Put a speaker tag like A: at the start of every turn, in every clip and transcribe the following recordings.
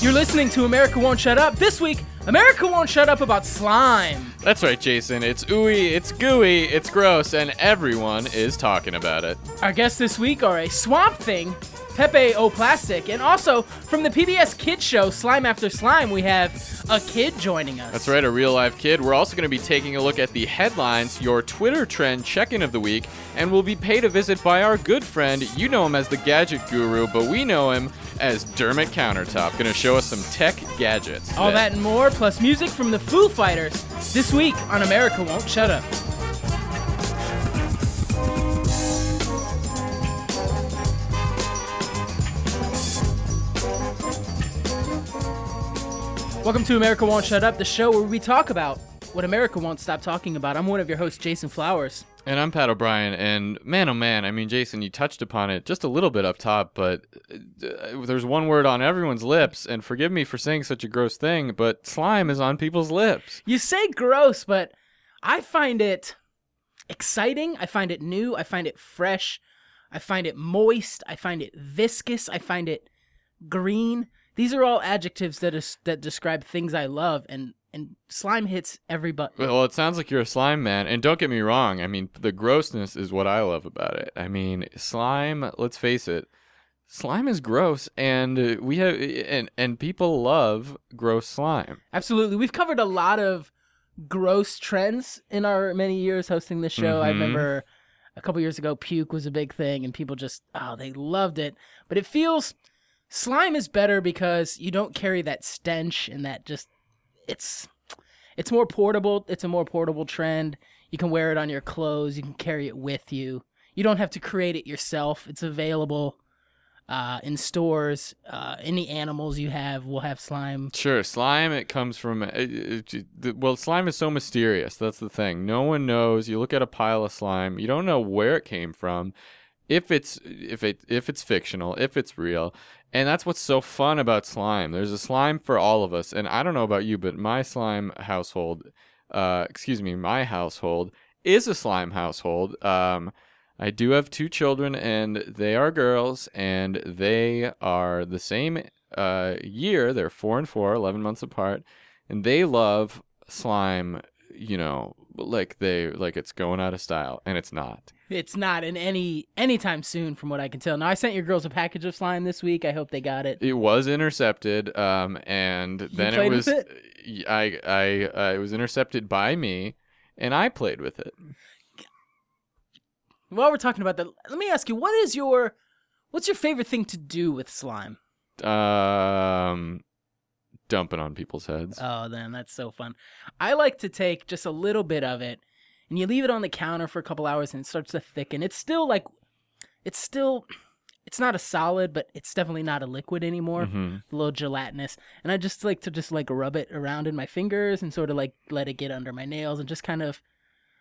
A: You're listening to America Won't Shut Up. This week, America Won't Shut Up about slime.
B: That's right, Jason. It's ooey, it's gooey, it's gross, and everyone is talking about it.
A: Our guests this week are a swamp thing, Pepe O Plastic, and also from the PBS Kids show Slime After Slime, we have a kid joining us.
B: That's right, a real live kid. We're also going to be taking a look at the headlines, your Twitter trend check in of the week, and we'll be paid a visit by our good friend. You know him as the Gadget Guru, but we know him as Dermot Countertop. Going to show us some tech gadgets.
A: All
B: today.
A: that and more, plus music from the Foo Fighters, this week on America Won't Shut Up. Welcome to America Won't Shut Up, the show where we talk about what America won't stop talking about. I'm one of your hosts, Jason Flowers.
B: And I'm Pat O'Brien, and man, oh man, I mean, Jason, you touched upon it just a little bit up top, but uh, there's one word on everyone's lips, and forgive me for saying such a gross thing, but slime is on people's lips.
A: You say gross, but I find it exciting. I find it new. I find it fresh. I find it moist. I find it viscous. I find it green. These are all adjectives that is, that describe things I love, and and slime hits every button.
B: Well, it sounds like you're a slime man, and don't get me wrong. I mean, the grossness is what I love about it. I mean, slime. Let's face it, slime is gross, and uh, we have and and people love gross slime.
A: Absolutely, we've covered a lot of gross trends in our many years hosting this show. I
B: Mhm.
A: remember a couple years ago, puke was a big thing, and people just oh they loved it. But it feels slime is better because you don't carry that stench and that just it's it's more portable. It's a more portable trend. You can wear it on your clothes. You can carry it with you. You don't have to create it yourself. It's available uh, in stores. Uh, any animals you have will have slime.
B: Sure, slime. It comes from uh, uh, uh, well, slime is so mysterious. That's the thing. No one knows. You look at a pile of slime, you don't know where it came from, if it's if it if it's fictional, if it's real, and that's what's so fun about slime. There's a slime for all of us, and I don't know about you, but my slime household, uh, excuse me, my household is a slime household. Um, I do have two children, and they are girls, and they are the same uh, year. They're four and four, 11 months apart, and they love slime. You know, like they like it's going out of style, and it's not.
A: It's not in any anytime soon, from what I can tell. Now I sent your girls a package of slime this week. I hope they got it.
B: It was intercepted, um, and then
A: played
B: it was
A: with
B: I I uh, it was intercepted by me, and I played with it.
A: While we're talking about that, let me ask you: What is your what's your favorite thing to do with slime?
B: Um, dumping on people's heads.
A: Oh, then that's so fun. I like to take just a little bit of it, and you leave it on the counter for a couple hours, and it starts to thicken. It's still like, it's still, it's not a solid, but it's definitely not a liquid anymore.
B: Mhm.
A: A little gelatinous, and I just like to just like rub it around in my fingers and sort of like let it get under my nails and just kind of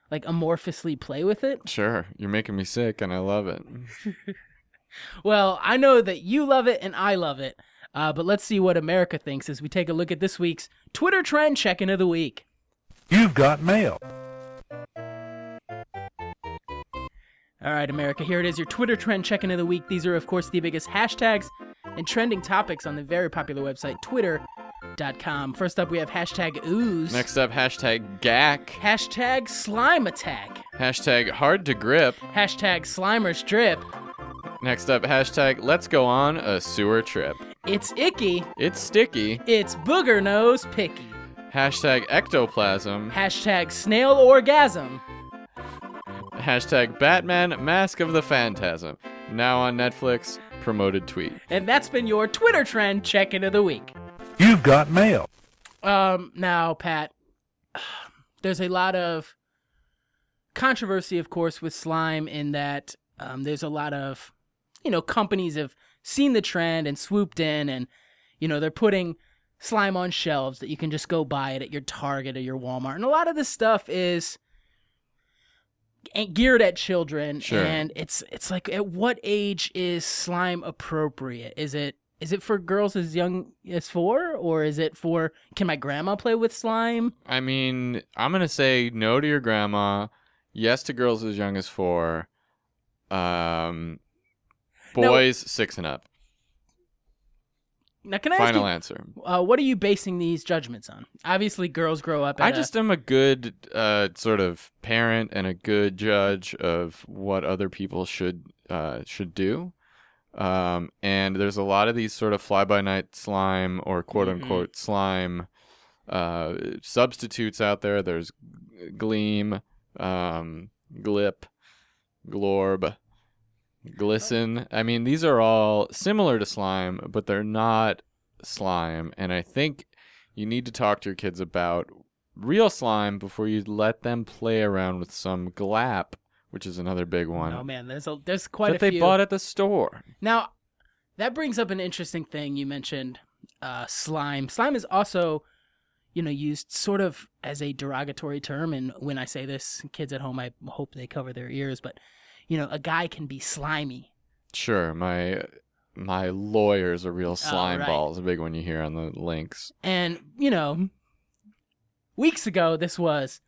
A: like amorphously play with it.
B: Sure, you're making me sick, and I love it.
A: Mm. Well, I know that you love it and I love it, uh, but let's see what America thinks as we take a look at this week's Twitter trend check-in of the week.
C: You've got mail.
A: All right, America, here it is your Twitter trend check in of the week. These are, of course, the biggest hashtags and trending topics on the very popular website, twitter.com. First up, we have hashtag ooze,
B: Next up, hashtag gack,
A: hashtag slime attack,
B: hashtag hard to grip.
A: hashtag slimers drip,
B: Next up, hashtag let's go on a sewer trip.
A: it's icky,
B: It's sticky.
A: it's booger nose picky,
B: Hashtag ectoplasm.
A: hashtag snail orgasm,
B: Hashtag Batman Mask of the Phantasm. Now on Netflix, promoted tweet.
A: and that's been your Twitter trend check in of the week.
C: You've got mail.
A: Um, now, Pat, there's a lot of controversy, of course, with slime in that um, there's a lot of, you know, companies have seen the trend and swooped in, and you know they're putting slime on shelves that you can just go buy it at your Target or your Walmart, and a lot of this stuff is ge- geared at children
B: Sure.
A: and it's it's like at what age is slime appropriate is it is it for girls as young as four or is it for can my grandma play with slime
B: I mean, I'm gonna say no to your grandma, yes to girls as young as four, um,
A: Now-
B: boys six and up.
A: Now, can I ask
B: Final
A: you,
B: answer.
A: uh, what are you basing these judgments on? Obviously, girls grow up. At
B: I
A: a-
B: just am a good uh, sort of parent and a good judge of what other people should uh, should do. Um, and there's a lot of these sort of fly by night slime or quote
A: Mhm.
B: unquote slime uh, substitutes out there. There's Gleam, um, Glip, Glorb, Glisten. I mean, these are all similar to slime, but they're not slime. And I think you need to talk to your kids about real slime before you let them play around with some glap, which is another big one.
A: oh man, there's a, there's quite
B: that
A: a
B: they
A: few.
B: bought at the store.
A: Now, that brings up an interesting thing you mentioned uh, slime. Slime is also, you know, used sort of as a derogatory term. And when I say this, kids at home, I hope they cover their ears. But, you know, a guy can be slimy.
B: Sure, my my lawyer's a real slime
A: Oh, right.
B: ball is a big one you hear on the links.
A: And, you know, weeks ago, this was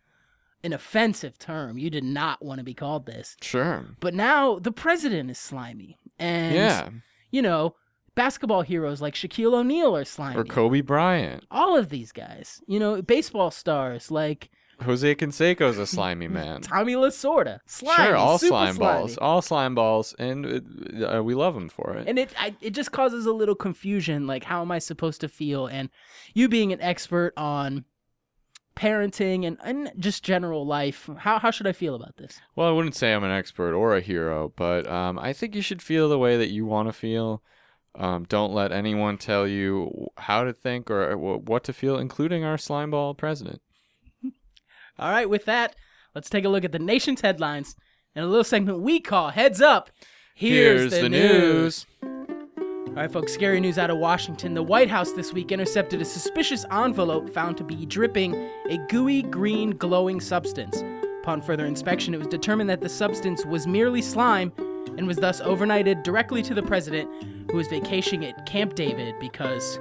A: an offensive term. You did not want to be called this.
B: Sure.
A: But now the president is slimy. And,
B: yeah.
A: you know, basketball heroes like Shaquille O'Neal are slimy.
B: Or Kobe Bryant.
A: all of these guys, you know, baseball stars like
B: Jose Canseco's a slimy man.
A: Tommy Lasorda, slimy,
B: sure, all
A: super
B: slime balls,
A: slimy.
B: all slime balls, and uh, uh, we love them for it.
A: And it I, it just causes a little confusion, like how am I supposed to feel? And you being an expert on parenting and, and just general life, how how should I feel about this?
B: Well, I wouldn't say I'm an expert or a hero, but um, I think you should feel the way that you want to feel. Um, don't let anyone tell you how to think or uh, wh- what to feel, including our slime ball president.
A: All right, with that, let's take a look at the nation's headlines and a little segment we call Heads Up. All right, folks, scary news out of Washington. The White House this week intercepted a suspicious envelope found to be dripping a gooey green glowing substance. Upon further inspection, it was determined that the substance was merely slime and was thus overnighted directly to the president, who was vacationing at Camp David because,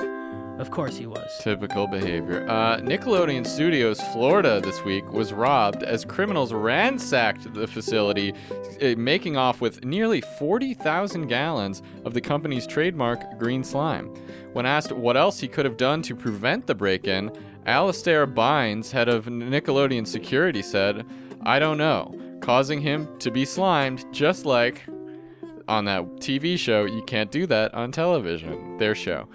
A: of course, he was.
B: Typical behavior. Uh, Nickelodeon Studios, Florida, this week was robbed as criminals ransacked the facility, uh, making off with nearly 40,000 gallons of the company's trademark green slime. When asked what else he could have done to prevent the break in, Alistair Bynes, head of Nickelodeon security, said, I don't know, causing him to be slimed just like on that TV show. You can't do that on television, their show.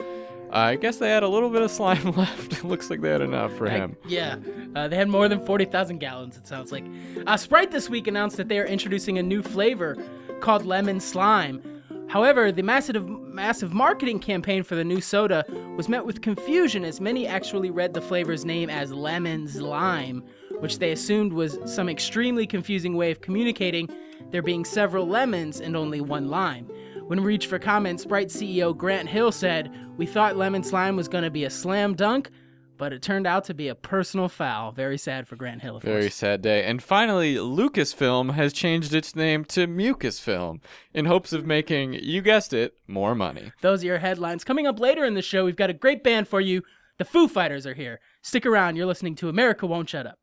B: I guess they had a little bit of slime left. It looks like they had enough for him.
A: Yeah, uh, they had more than 40,000 gallons, it sounds like. Uh, Sprite this week announced that they are introducing a new flavor called lemon slime. However, the massive, massive marketing campaign for the new soda was met with confusion as many actually read the flavor's name as lemon's lime, which they assumed was some extremely confusing way of communicating there being several lemons and only one lime. When we reached for comment, Sprite CEO Grant Hill said, We thought lemon slime was going to be a slam dunk, but it turned out to be a personal foul. Very sad for Grant Hill, of
B: Very
A: course.
B: sad day. And finally, Lucasfilm has changed its name to Mucusfilm in hopes of making, you guessed it, more money.
A: Those are your headlines. Coming up later in the show, we've got a great band for you. The Foo Fighters are here. Stick around. You're listening to America Won't Shut Up.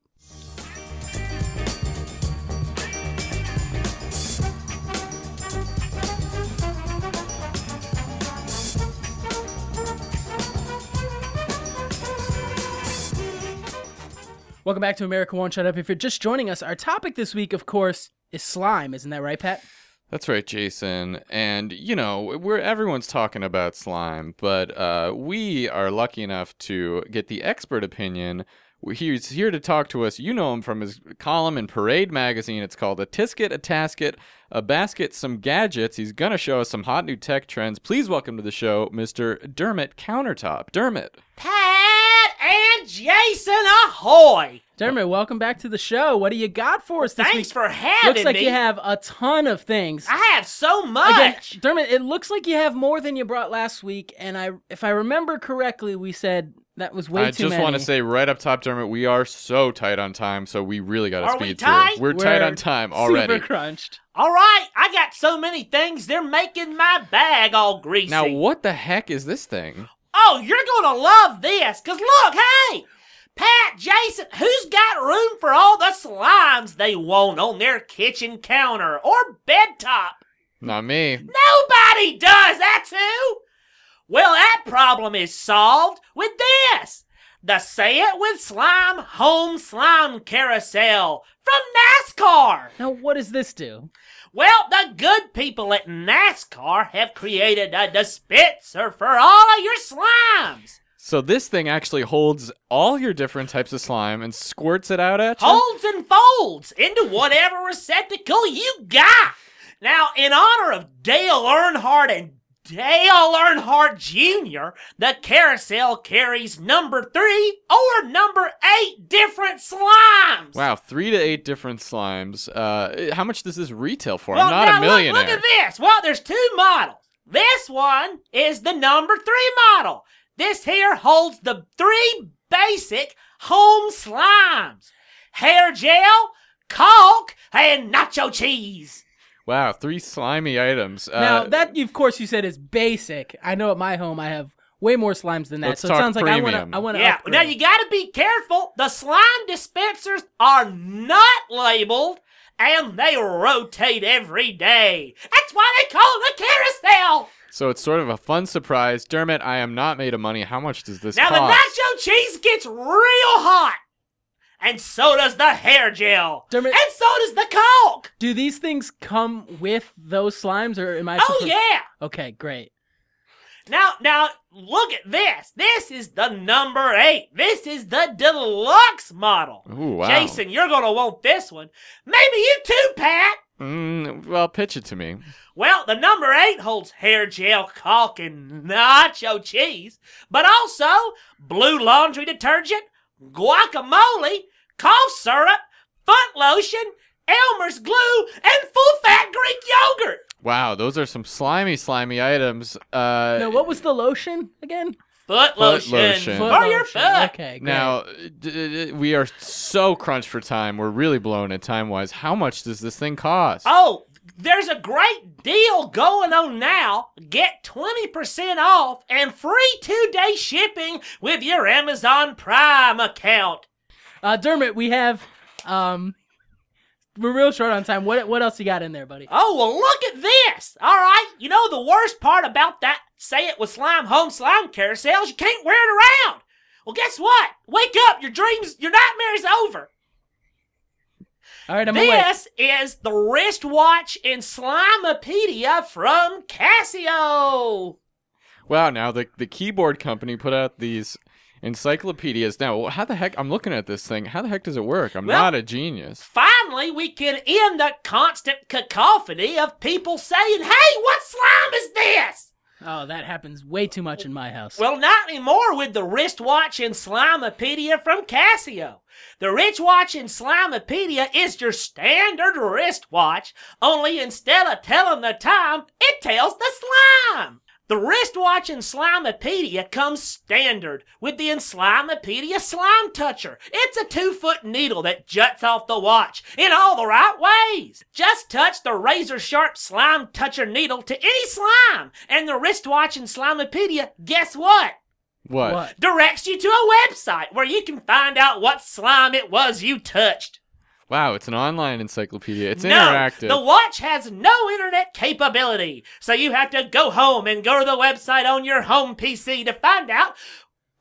A: Welcome back to America Won't Shut Up. If you're just joining us, our topic this week, of course, is slime. Isn't that right, Pat?
B: That's right, Jason. And you know, we're everyone's talking about slime, but uh, we are lucky enough to get the expert opinion. He's here to talk to us. You know him from his column in Parade magazine. It's called "A Tisket, a Tasket, a Basket, Some Gadgets." He's gonna show us some hot new tech trends. Please welcome to the show, Mr. Dermot Countertop. Dermot.
D: Pat and Jason ahoy!
A: Dermot, welcome back to the show. What do you got for us this
D: Thanks
A: week?
D: for having
A: looks like
D: me.
A: you have a ton of things.
D: I have so
A: Again,
D: much.
A: Dermot, it looks like you have more than you brought last week, and I, if I remember correctly, we said that was way
B: I
A: too
B: just
A: many.
B: want to say right up top, Dermot, we are so tight on time, so we really got to
D: Are we
B: speed
D: tight?
B: through. We're,
A: We're
B: tight on time already.
A: Super crunched.
D: all right, I got so many things. They're making my bag all greasy.
B: Now, what the heck is this thing?
D: Oh, you're gonna love this, cause look, hey, Pat, Jason, who's got room for all the slimes they want on their kitchen counter or bedtop?
B: Not me.
D: Nobody does that too. Well, at problem is solved with this the Say It With Slime Home Slime Carousel from NASCAR.
A: Now, what does this do?
D: Well, the good people at NASCAR have created a dispenser for all of your slimes.
B: So this thing actually holds all your different types of slime and squirts it out at you.
D: Holds and folds into whatever receptacle you got. Now, in honor of Dale Earnhardt and Dale Earnhardt Jr., the carousel carries number three or number eight different slimes.
B: Wow, three to eight different slimes. Uh, how much does this retail for?
D: Well,
B: I'm not
D: now
B: a
D: look-
B: millionaire.
D: Look, at this. Well, there's two models. This one is the number three model. This here holds the three basic home slimes hair gel, caulk, and nacho cheese.
B: Wow, three slimy items.
A: now
B: uh,
A: that, of course, you said is basic. I know at my home I have way more slimes than that.
B: Let's
A: so
B: talk
A: it sounds like I want
B: premium.
A: to. I want to.
D: Yeah, now you gotta be careful. The slime dispensers are not labeled and they rotate every day. That's why they call it a carousel.
B: so it's sort of a fun surprise. Dermot, I am not made of money. How much does this
D: Now the
B: cost?
D: nacho cheese gets real hot, and so does the hair gel,
A: Dermot-
D: and so does the caulk.
A: Do these things come with those slimes, or am I?
D: Oh
A: supposed-
D: yeah!
A: Okay, great.
D: Now, now look at this. This is the number eight. This is the deluxe model.
B: Ooh, wow.
D: Jason, you're gonna want this one. Maybe you too, Pat.
B: Mm, well, pitch it to me.
D: Well, the number eight holds hair gel, caulk, and nacho cheese, but also blue laundry detergent, guacamole, cough syrup, foot lotion, Elmer's glue, and full fat Greek yogurt.
B: Wow, those are some slimy, slimy items. Uh,
A: Now, what was the lotion again?
D: Foot, lotion,
B: lotion.
D: for
A: Foot
D: Oh, your
A: lotion.
D: foot.
A: Okay, great.
B: Now, d- d- we are so crunched for time. We're really blown at time wise. How much does this thing cost?
D: Oh, there's a great deal going on now. Get 20% off and free two day shipping with your Amazon Prime account.
A: Uh, Dermot, we have. Um, we're real short on time. What what else you got in there, buddy?
D: Oh, well, look at this. All right. You know, the worst part about that say it with slime home slime carousel is you can't wear it around. Well, guess what? Wake up. Your dreams, your nightmare's over.
A: All right, I'm awake.
D: this is the wristwatch in Slimepedia from Casio.
B: Wow, now the, the keyboard company put out these encyclopedias. Now, how the heck? I'm looking at this thing. How the heck does it work? I'm
D: Well-
B: not a genius.
D: Finally, we can end the constant cacophony of people saying, hey, what slime is this?
A: Oh, that happens way too much in my house.
D: Well, not anymore with the wristwatch and Slimepedia from Casio. The wristwatch and Slimepedia is your standard wristwatch, only instead of telling the time, it tells the slime. The wristwatch and Slimepedia comes standard with the Encyclopedia Slime Toucher. It's a two foot needle that juts off the watch in all the right ways. Just touch the razor sharp Slime Toucher needle to any slime, and the wristwatch and Slimepedia, guess what?
B: What?
A: what?
D: Directs you to a website where you can find out what slime it was you touched.
B: Wow, it's an online encyclopedia. It's
D: no,
B: interactive.
D: The watch has no internet capability, so you have to go home and go to the website on your home PC to find out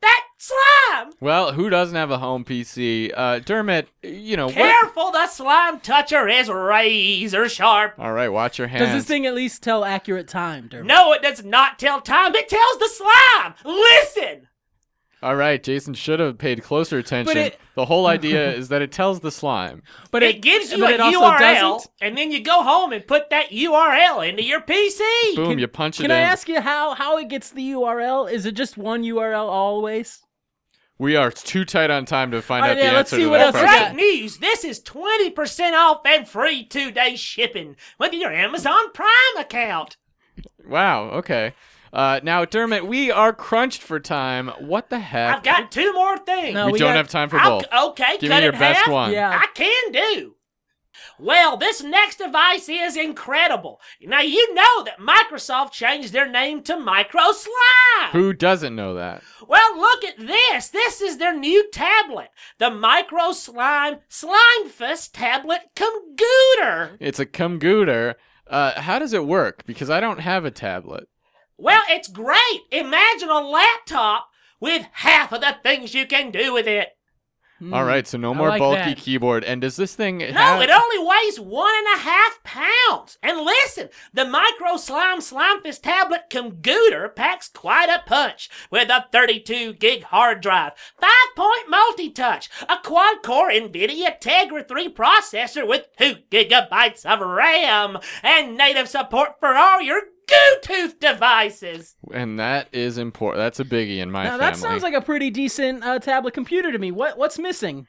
D: that slime.
B: Well, who doesn't have a home PC? Uh, Dermot, you know what?
D: Careful, the slime toucher is razor sharp.
B: All right, watch your hands.
A: Does this thing at least tell accurate time, Dermot?
D: No, it does not tell time. It tells the slime. Listen.
B: All right, Jason should have paid closer attention.
A: it-
B: The whole idea is that it tells the slime.
A: but
D: It gives you
A: but
D: a
A: it also
D: URL,
A: doesn't.
D: and then you go home and put that URL into your PC.
B: Boom, you punch it
A: Can
B: in.
A: I ask you how how it gets the URL? Is it just one URL always?
B: we are too tight on time to find
A: All
B: out
A: right, yeah,
B: the
A: let's
B: answer
A: see
B: to
A: what
B: that
A: else we
B: question.
A: got.
D: Great news! This is 20% off and free two day shipping with your Amazon Prime account.
B: Wow. Okay. Uh, now, Dermot, we are crunched for time. What the heck?
D: I've got two more things.
A: No,
B: we,
A: we
B: don't
A: got-
B: have time for
D: I'll-
B: both.
D: okay,
B: Give
D: cut
B: me your
D: it in
B: best
D: half.
B: one.
A: Yeah.
D: I can do. Well, this next device is incredible. Now, you know that Microsoft changed their name to MicroSlime.
B: Who doesn't know that?
D: Well, look at this. This is their new tablet, the MicroSlime Slimefest Tablet Computer.
B: It's a computer. Uh, how does it work? Because I don't have a tablet.
D: Well, it's great. Imagine a laptop with half of the things you can do with it.
A: Hmm.
B: All right, so no
A: I
B: more
A: like
B: bulky
A: that.
B: keyboard. And does this thing?
D: No, it only weighs one and a half pounds. And listen, the Micro Slime Slimefish tablet computer packs quite a punch with a 32 gig hard drive, 5 point multi touch, a quad core NVIDIA Tegra 3 processor with 2 gigabytes of RAM, and native support for all your Gooetooth devices.
B: and that is important. That's a biggie in my
A: Now
B: family.
A: that sounds like a pretty decent uh, tablet computer to me. What what's missing?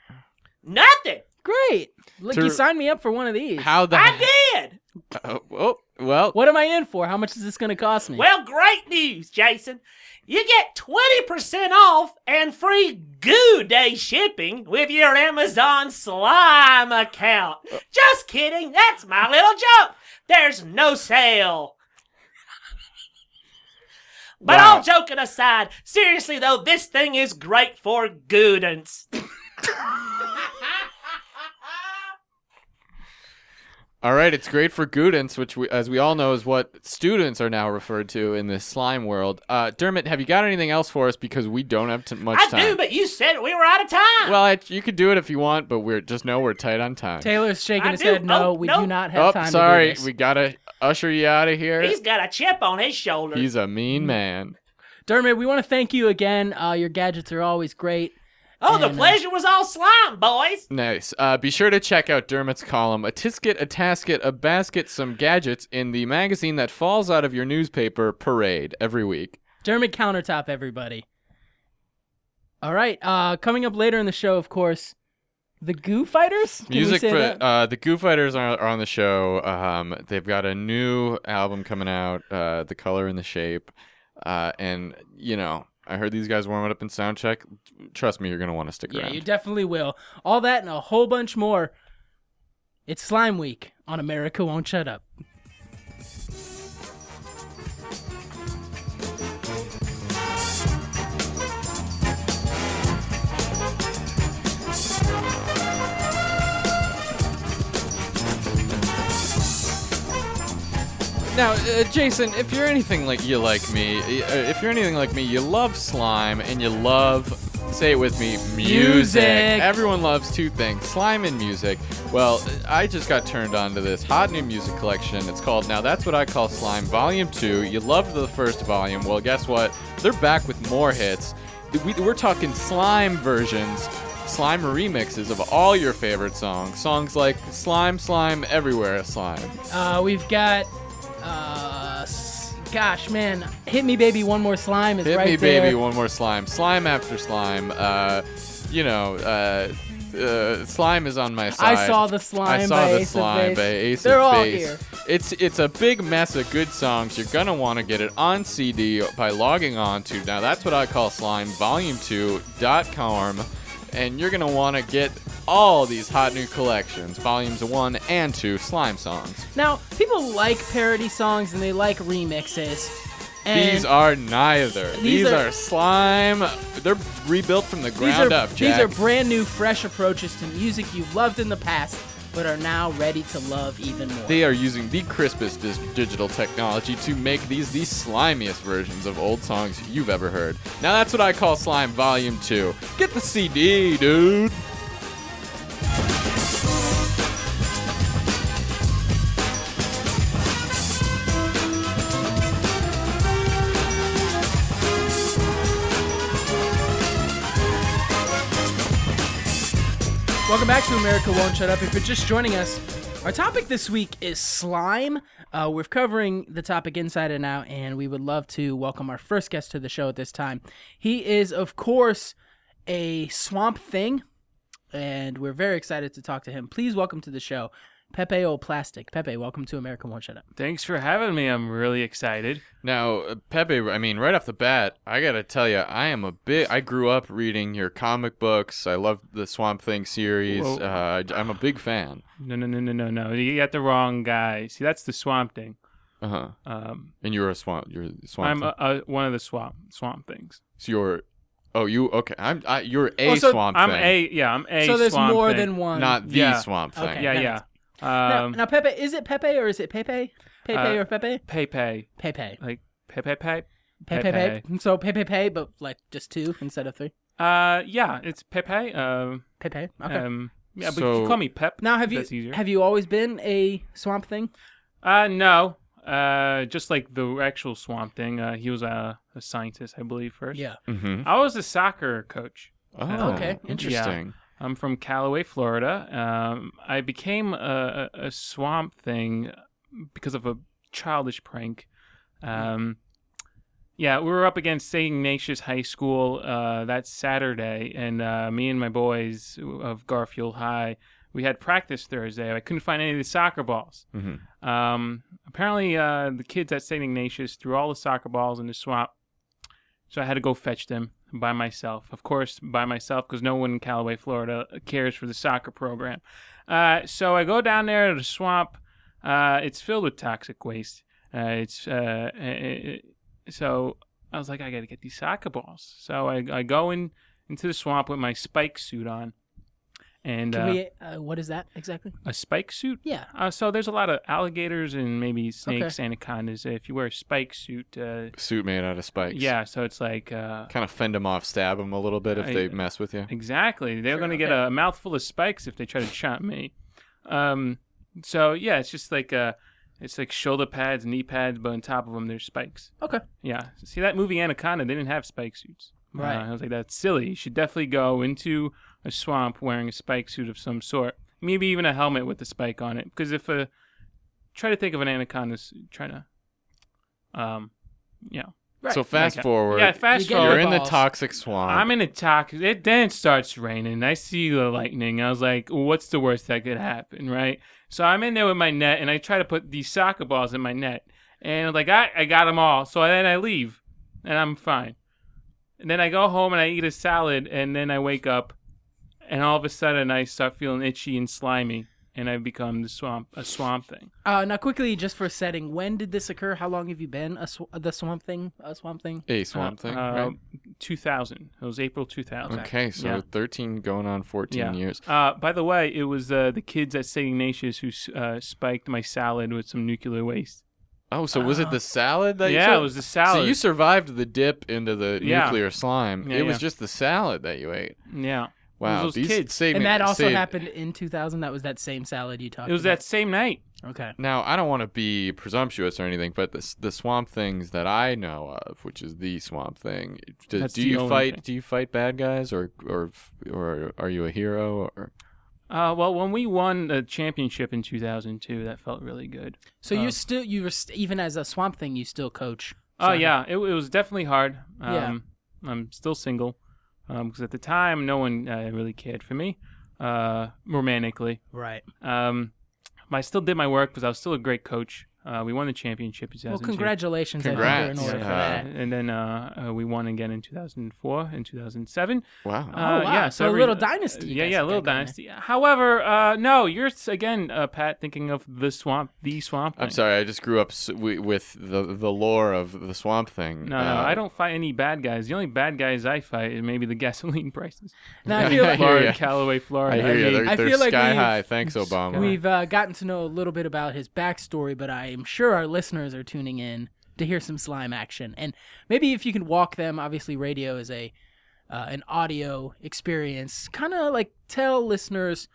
D: Nothing.
A: Great. Like you
B: To-
A: sign me up for one of these.
B: how the
D: I did.
B: oh, oh, well
A: what am I in for? How much is this going to cost me?
D: Well, great news, Jason. You get 20% off and free Goo Day shipping with your Amazon Slime account.
B: Uh.
D: Just kidding, that's my little joke. There's no sale. But
B: Wow.
D: all joking aside, seriously though, this thing is great for goodance.
B: All right, it's great for goodance, which, we, as we all know, is what students are now referred to in this slime world. Uh, Dermot, have you got anything else for us? Because we don't have t- much
D: I
B: time.
D: do, but you said we were out of time.
B: well, I, you could do it if you want, but we're just know we're tight on time.
A: Taylor's shaking
D: I
A: his
D: do.
A: head. No,
D: Oh,
A: we
D: no.
A: do not have
B: oh,
A: time.
B: sorry,
A: To do this.
B: we gotta usher you out of here.
D: He's got a chip on his shoulder.
B: He's a mean man.
A: Dermot, we want to thank you again. Uh, your gadgets are always great.
D: oh, the
A: and, uh,
D: pleasure was all slime, boys.
B: Nice. Uh, be sure to check out Dermot's column, A Tisket, a Tasket, a Basket, Some Gadgets, in the magazine that falls out of your newspaper, Parade, every week.
A: Dermot countertop, everybody. All right. Uh, coming up later in the show, of course, the Goo Fighters. Can we
B: Music
A: say
B: for
A: that?
B: uh, the Goo Fighters are, are on the show. Um, they've got a new album coming out, uh, "The Color and the Shape," uh, and you know, I heard these guys warm it up in soundcheck. Trust me, you're gonna want to stick
A: yeah,
B: around.
A: you definitely will. All that and a whole bunch more. It's Slime Week on America Won't Shut Up.
B: Now, uh, Jason, if you're anything like you like me, y- uh, if you're anything like me, you love slime and you love say it with me, music.
A: Music.
B: Everyone loves two things, slime and music. Well, I just got turned on to this hot new music collection. It's called Now That's What I Call Slime Volume 2. You loved the first volume. Well, guess what? They're back with more hits. We, we're talking slime versions, slime remixes of all your favorite songs. Songs like Slime, Slime, Everywhere, Slime.
A: Uh, we've got, uh, s- gosh, man, Hit Me Baby One More Slime is
B: Hit
A: right
B: me,
A: there.
B: baby, one more slime. Slime after slime. Uh, you know, uh, uh, slime is on my side.
A: Saw the Slime
B: I saw
A: by
B: the
A: Ace of
B: slime
A: Base.
B: by Ace
A: They're
B: of
A: all
B: Base.
A: here.
B: It's it's a big mess of good songs. You're gonna want to get it on CD by logging on to now. That's what I call slime volume two dot com, and you're gonna want to get all these hot new collections, volumes one and two, slime songs.
A: Now, people like parody songs and they like remixes. And
B: these are neither. These,
A: are-
B: are, slime. They're rebuilt from the
A: these
B: ground
A: are,
B: up,
A: These
B: Jack.
A: are brand new, fresh approaches to music you've loved in the past, but are now ready to love even more.
B: They are using the crispest dis- digital technology to make these the slimiest versions of old songs you've ever heard. Now that's what I call Slime Volume 2. Get the CD, dude.
A: Welcome back to America Won't Shut Up. If you're just joining us, our topic this week is slime. Uh, we're covering the topic inside and out, and we would love to welcome our first guest to the show at this time. He is, of course, a swamp thing, and we're very excited to talk to him. Please welcome to the show Pepe O Plastic. Pepe, welcome to America Won't Shut Up.
E: Thanks for having me. I'm really excited.
B: Now, uh, Pepe, I mean, right off the bat, I gotta tell you, I am a big. I grew up reading your comic books. I love the Swamp Thing series.
E: Whoa.
B: Uh, I- I'm a big fan.
E: No, no, no, no, no, no. You got the wrong guy. See, that's the swamp thing.
B: Uh huh.
E: Um,
B: And you're a swamp. You're a swamp.
E: I'm
B: thing.
E: a, a, one of the swamp swamp things.
B: So you're, oh, you okay? I'm. I, you're a
E: Oh, so
B: swamp
E: I'm
B: thing.
E: a yeah. I'm a.
A: so there's
E: swamp
A: more
E: thing.
A: than one.
B: not the
E: Yeah.
B: swamp thing.
A: Okay.
E: Yeah, yeah.
A: Nice.
E: Um,
A: now, now, Pepe, is it Pepe or is it Pepe? Pepe
E: Uh,
A: or Pepe?
E: Pepe,
A: Pepe.
E: like Pepe Pepe.
A: Pay, pay, pay. So pay, pay, pay, but like just two instead of three.
E: Uh, yeah, it's Pepe. Um,
A: Pay, pay. Okay.
E: um, yeah, but you
B: So-
E: can call me Pep.
A: now, have you
E: That's easier.
A: have you always been a swamp thing?
E: Uh, no. Uh, just like the actual Swamp Thing. Uh, he was a, a scientist, I believe. First.
B: Mm-hmm.
E: I was a soccer coach.
B: Oh,
A: Okay.
B: Interesting.
E: I'm from Callaway, Florida. Um, I became a, a, a swamp thing because of a childish prank. Um, yeah, we were up against St. Ignatius High School uh, that Saturday, and uh, me and my boys of Garfield High, we had practice Thursday. I couldn't find any of the soccer balls.
B: Mhm.
E: Um, apparently, uh, the kids at St. Ignatius threw all the soccer balls in the swamp, so I had to go fetch them by myself. Of course, by myself because no one in Callaway, Florida, uh, cares for the soccer program. Uh, so I go down there to the swamp. Uh, it's filled with toxic waste. Uh, it's uh, eh, eh, eh, so I was like, I gotta get these soccer balls. So I, I go in into the swamp with my spike suit on, and
A: Can
E: uh,
A: we? Uh, what is that exactly?
E: a spike suit.
A: Yeah.
E: Uh, so there's a lot of alligators and maybe snakes, anacondas. If you wear a spike suit, uh,
B: Suit made out of spikes.
E: yeah. So it's like uh,
B: Kind of fend them off, stab them a little bit if
E: I-
B: they mess with you.
E: exactly they're
A: Sure,
E: going to get
A: okay.
E: a mouthful of spikes if they try to chop me. Um, so yeah, it's just like uh, it's like shoulder pads, knee pads, but on top of them there's spikes.
A: Okay.
E: Yeah. See that movie Anaconda? They didn't have spike suits. Uh,
A: Right.
E: I was like, that's silly. You should definitely go into a swamp wearing a spike suit of some sort. Maybe even a helmet with a spike on it. Because if a try to think of an anaconda s- trying to, um, you know,
A: Right.
B: So fast
E: Okay.
B: forward.
E: yeah, fast
A: You get
E: forward.
B: you're in the
A: balls.
B: toxic swamp.
E: I'm in a toxic. It then it starts raining. I see the lightning. I was like, "What's the worst that could happen?" Right. So I'm in there with my net, and I try to put these soccer balls in my net, and I'm like I, I got them all. So then I leave, and I'm fine. And then I go home and I eat a salad, and then I wake up, and all of a sudden I start feeling itchy and slimy, and I become the swamp a swamp thing.
A: Uh, now, quickly, just for setting, when did this occur? How long have you been a sw- the swamp thing? A swamp thing?
B: a swamp thing.
E: Uh,
B: right?
E: 2000. It was April 2000.
B: Okay, so
E: Yeah.
B: 13 going on 14
E: Yeah.
B: years.
E: Uh, by the way, it was uh, the kids at St. Ignatius who s- uh, spiked my salad with some nuclear waste.
B: Oh, so was it the salad that you
E: Uh, yeah,
B: took?
E: it was the
B: So
E: salad.
B: you survived the dip into the
E: Yeah.
B: nuclear slime.
E: Yeah,
B: it was
E: yeah.
B: just the salad that you ate.
E: yeah,
B: Wow,
E: those
B: these
E: kids.
B: saved
A: And
B: me-
A: that also
B: saved-
A: happened in 2000. That was that same salad you talked
E: it was
A: about.
E: that same night.
A: Okay.
B: Now, I don't want to be presumptuous or anything, but the, s- the swamp things that I know of, which is the swamp thing, do,
E: That's
B: do
E: the
B: you
E: only
B: fight?
E: thing.
B: Do you fight bad guys, or or or are you a hero? Or
E: Uh, well, when we won the championship in 2002, that felt really good.
A: So
E: Uh,
A: you're still you were st- even as a swamp thing, you still coach.
E: Oh
A: soccer.
E: yeah, it, it was definitely hard. Um,
A: Yeah.
E: I'm still single because at the time no one uh, really cared for me uh, romantically.
A: Right.
E: Um, I still did my work because I was still a great coach. Uh, we won the championship in 2002.
A: Well, congratulations. I think
B: Congrats.
A: you're in order
B: Yeah.
A: for that.
E: And then uh, uh, we won again in 2004 and 2007.
B: wow,
E: Uh,
A: Oh, wow.
E: Yeah,
A: So a
E: every-
A: little dynasty you
E: Yeah,
A: guys
E: yeah, a
A: have
E: little
A: got going
E: dynasty. However, uh, no, you're s- again, uh, Pat, thinking of the swamp, the swamp.
B: I'm
E: Thing.
B: sorry, I just grew up s- wi- with the the lore of the swamp thing. Uh,
E: No, no, I don't fight any bad guys. The only bad guys I fight is maybe the gasoline prices.
A: Now I feel
B: Yeah.
A: like
E: Florida,
B: ya.
E: Callaway,
B: I
E: Florida.
B: hear you.
E: mean,
B: They're,
A: I
B: they're
A: feel like
B: sky
A: we've-
B: high. Thanks, Obama.
A: we've uh, gotten to know a little bit about his backstory, but I am sure our listeners are tuning in to hear some slime action, and maybe if you can walk them. Obviously, radio is a uh, an audio experience. Kind of like tell listeners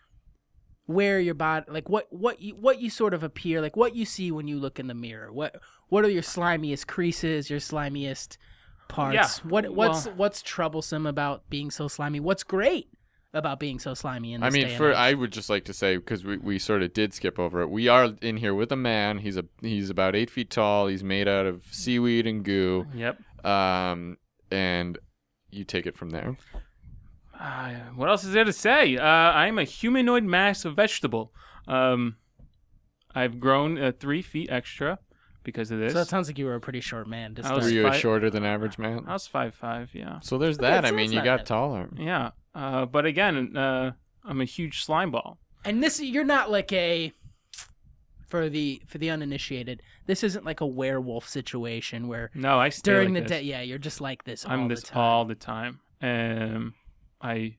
A: where your body, like what what you what you sort of appear, like what you see when you look in the mirror. What what are your slimiest creases? Your slimiest parts.
E: Yeah,
A: What what's what's troublesome about being so slimy? What's great about being so slimy? In this
B: I mean,
A: day
B: for
A: and age?
B: I would just like to say because we, we sort of did skip over it. We are in here with a man. He's a he's about eight feet tall. He's made out of seaweed and goo.
E: Yep.
B: Um, and you take it from there.
E: Uh, what else is there to say? Uh, I'm a humanoid mass of vegetable. Um, I've grown uh, three feet extra because of this.
A: So that sounds like you were a pretty short man. To
E: I was
A: start.
B: Were you a
E: five-
B: shorter than average man?
E: I was five five. Yeah.
B: So there's
A: That's-
B: that. I mean,
A: that's
B: you
A: not
B: got
A: bad.
B: taller.
E: Yeah. Uh, but again, uh, I'm a huge slime ball.
A: and this you're not like a for the for the uninitiated. This isn't like a werewolf situation where
E: No, I stay
A: during
E: like
A: the
E: this.
A: day, yeah, you're just like this.
E: I'm
A: all
E: this
A: the time.
E: all the time. Um, I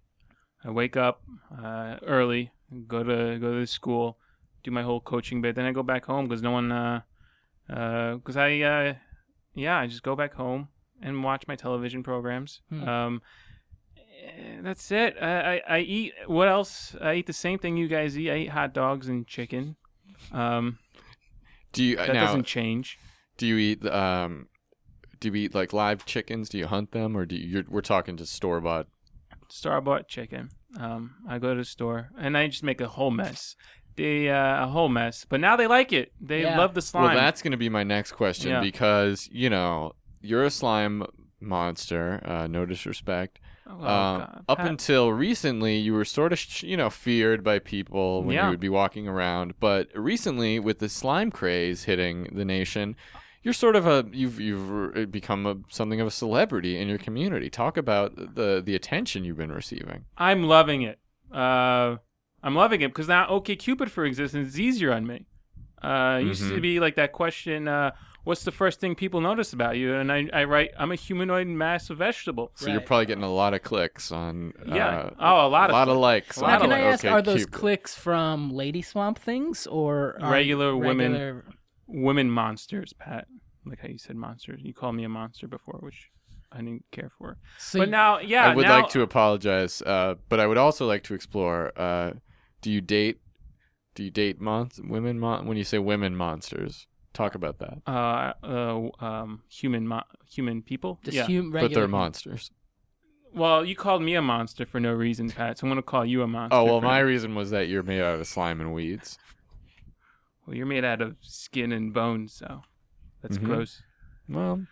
E: I wake up uh, early, go to go to school, do my whole coaching bit, then I go back home because no one because uh, uh 'cause I uh, yeah, I just go back home and watch my television programs.
A: Hmm.
E: Um, eh, that's it. I, I, I eat what else? I eat the same thing you guys eat. I eat hot dogs and chicken. Um,
B: Do you
E: that
B: Uh, now?
E: doesn't change.
B: Do you eat um? Do you eat like live chickens? Do you hunt them, or do you? You're, we're talking just store bought.
E: Star bought chicken. Um, I go to the store and I just make a whole mess. They uh, a whole mess. But now they like it. They
A: Yeah.
E: love the slime.
B: Well, that's going to be my next question
E: Yeah.
B: because you know you're a slime monster. Uh, no disrespect.
E: Oh,
B: um,
E: God.
B: up
E: Pat-
B: until recently, you were sort of sh- you know feared by people when
E: Yeah.
B: you would be walking around. But recently, with the slime craze hitting the nation, you're sort of a you've you've uh, become a, something of a celebrity in your community. Talk about the the attention you've been receiving.
E: I'm loving it. Uh, I'm loving it because now OK Cupid for existence is easier on me. Uh, it Used to
B: Mhm.
E: be like that question, uh, what's the first thing people notice about you? And I, I write, I'm a humanoid mass of vegetable.
B: So you're
A: Right.
B: probably getting a lot of clicks on
E: Yeah.
B: uh,
E: oh, a lot of
B: likes.
E: A
A: Now,
E: lot of
A: can I
E: like-
A: ask, are those
B: Cupid.
A: clicks from Lady Swamp things or are
E: Regular women.
A: regular-
E: women monsters, Pat. Like how you said monsters. You called me a monster before, which I didn't care for.
A: So
E: but
A: you-
E: now, yeah,
B: I would
E: now-
B: like to apologize, uh, but I would also like to explore. Uh, do you date? Do you date mon- women? Mon- when you say women monsters, talk about that.
E: Uh, uh, um, human, mo- human people.
A: just
E: yeah.
A: hum-
B: But they're
A: regular-
B: monsters.
E: well, you called me a monster for no reason, Pat. So I'm gonna call you a monster.
B: Oh well,
E: for-
B: my reason was that you're made out of slime and weeds.
E: Well, you're made out of skin and bones, so that's
B: Mhm.
E: gross.
B: Well,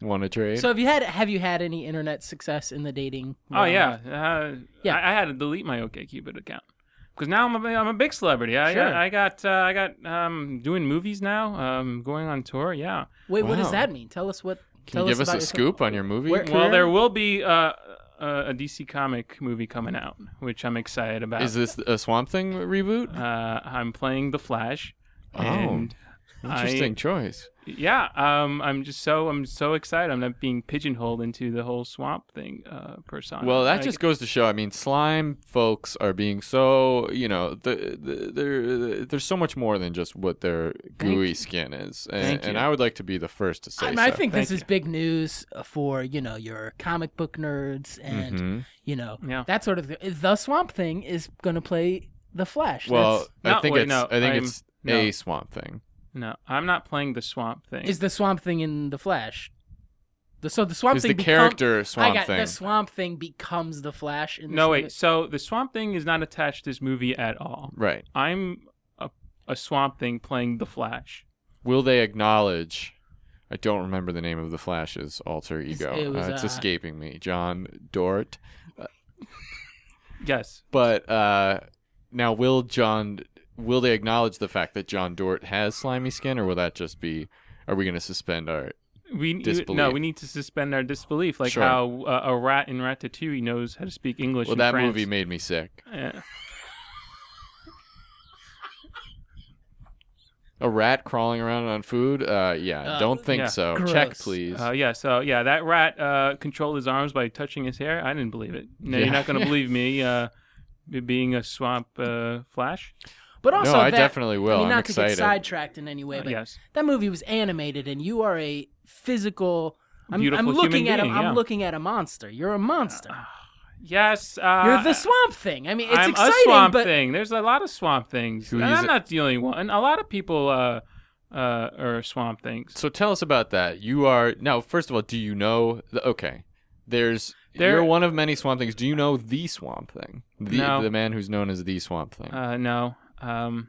B: want to trade?
A: So have you had have you had any internet success in the dating?
E: Oh
A: realm?
E: yeah, uh,
A: Yeah.
E: I, I had to delete my OkCupid account because now I'm a, I'm a big celebrity. I got
A: Sure.
E: I got uh, I got um doing movies now. Um, going on tour. Yeah.
A: Wait, what
B: Wow.
A: does that mean? Tell us what.
B: Can
A: tell
B: you give us
A: about
B: a
A: yourself.
B: scoop on your movie?
A: Where-
E: Well,
A: Career?
E: there will be uh, a, a DC comic movie coming out, which I'm excited about.
B: Is this a Swamp Thing reboot?
E: uh, I'm playing the Flash.
B: Oh.
E: and I-
B: Interesting choice.
E: yeah, um, I'm just so I'm so excited. I'm not being pigeonholed into the whole swamp thing uh, persona.
B: Well, that
E: I
B: just goes to show. I mean, slime folks are being so you know, the, the, they're there's so much more than just what their gooey skin is, and,
E: Thank
B: and
E: you.
B: I would like to be the first to say.
A: I, mean, I
B: so.
A: think this
E: Thank
A: is big news for you know your comic book nerds
E: Mm-hmm.
A: and
B: Mhm.
A: you know
E: Yeah.
A: that sort of thing. The Swamp Thing is going to play the Flash.
B: Well, I
E: No,
B: think
E: wait,
B: it's
E: no,
B: I think
E: I'm-
B: it's
E: no.
B: a swamp thing.
E: No, I'm not playing the swamp thing.
A: That's- is the Swamp Thing in the Flash? The, so the Swamp
B: is
A: Thing
B: the
A: become-
B: character
A: I
B: swamp
A: got
B: thing?
A: the Swamp Thing becomes the Flash. In this
E: no,
A: movie?
E: wait. So the swamp thing is not attached to this movie at all.
B: right?
E: I'm a, a swamp thing playing the Flash.
B: Will they acknowledge? I don't remember the name of the Flash's alter ego.
A: it was,
B: uh, it's
A: uh,
B: escaping me. John Dort.
E: Yes.
B: But uh, now, will John? Will they acknowledge the fact that John Dort has slimy skin, or will that just be? Are we going to suspend our?
E: We
B: Disbelief.
E: no, we need to suspend our disbelief, like
B: Sure.
E: how uh, a rat in Ratatouille knows how to speak English.
B: Well,
E: in
B: that
E: France. Uh,
B: movie made me sick.
E: Yeah.
B: A rat crawling around on food? Uh, yeah,
A: Uh,
B: don't think
E: yeah.
B: so. Check,
A: Gross.
B: please.
E: Uh, yeah, so yeah, that rat uh, controlled his arms by touching his hair. I didn't believe it. No,
B: Yeah.
E: you're not going to believe me uh, be- being a swamp uh, flash.
A: But also,
B: no, I
A: that-
B: definitely
A: I
B: will.
A: mean,
B: am
A: not to
B: excited.
A: get sidetracked in any way,
E: Uh,
A: but
E: yes,
A: that movie was animated, and you are a physical. I'm,
E: Beautiful
A: I'm
E: human
A: looking at a,
E: being, yeah.
A: I'm looking at a monster. You're a monster.
B: Uh,
E: yes. Uh,
A: You're the swamp thing. I mean, it's
E: I'm
A: exciting,
E: a swamp
A: but
E: thing. There's a lot of swamp things,
B: Who
E: and
B: is
E: I'm
B: it?
E: not the only one. A lot of people uh, uh, are swamp things.
B: So tell us about that. You are now. First of all, do you know? The, okay, there's.
E: There-
B: you're one of many swamp things. Do you know the swamp thing? The,
E: No.
B: the man who's known as the swamp thing.
E: Uh, no, um,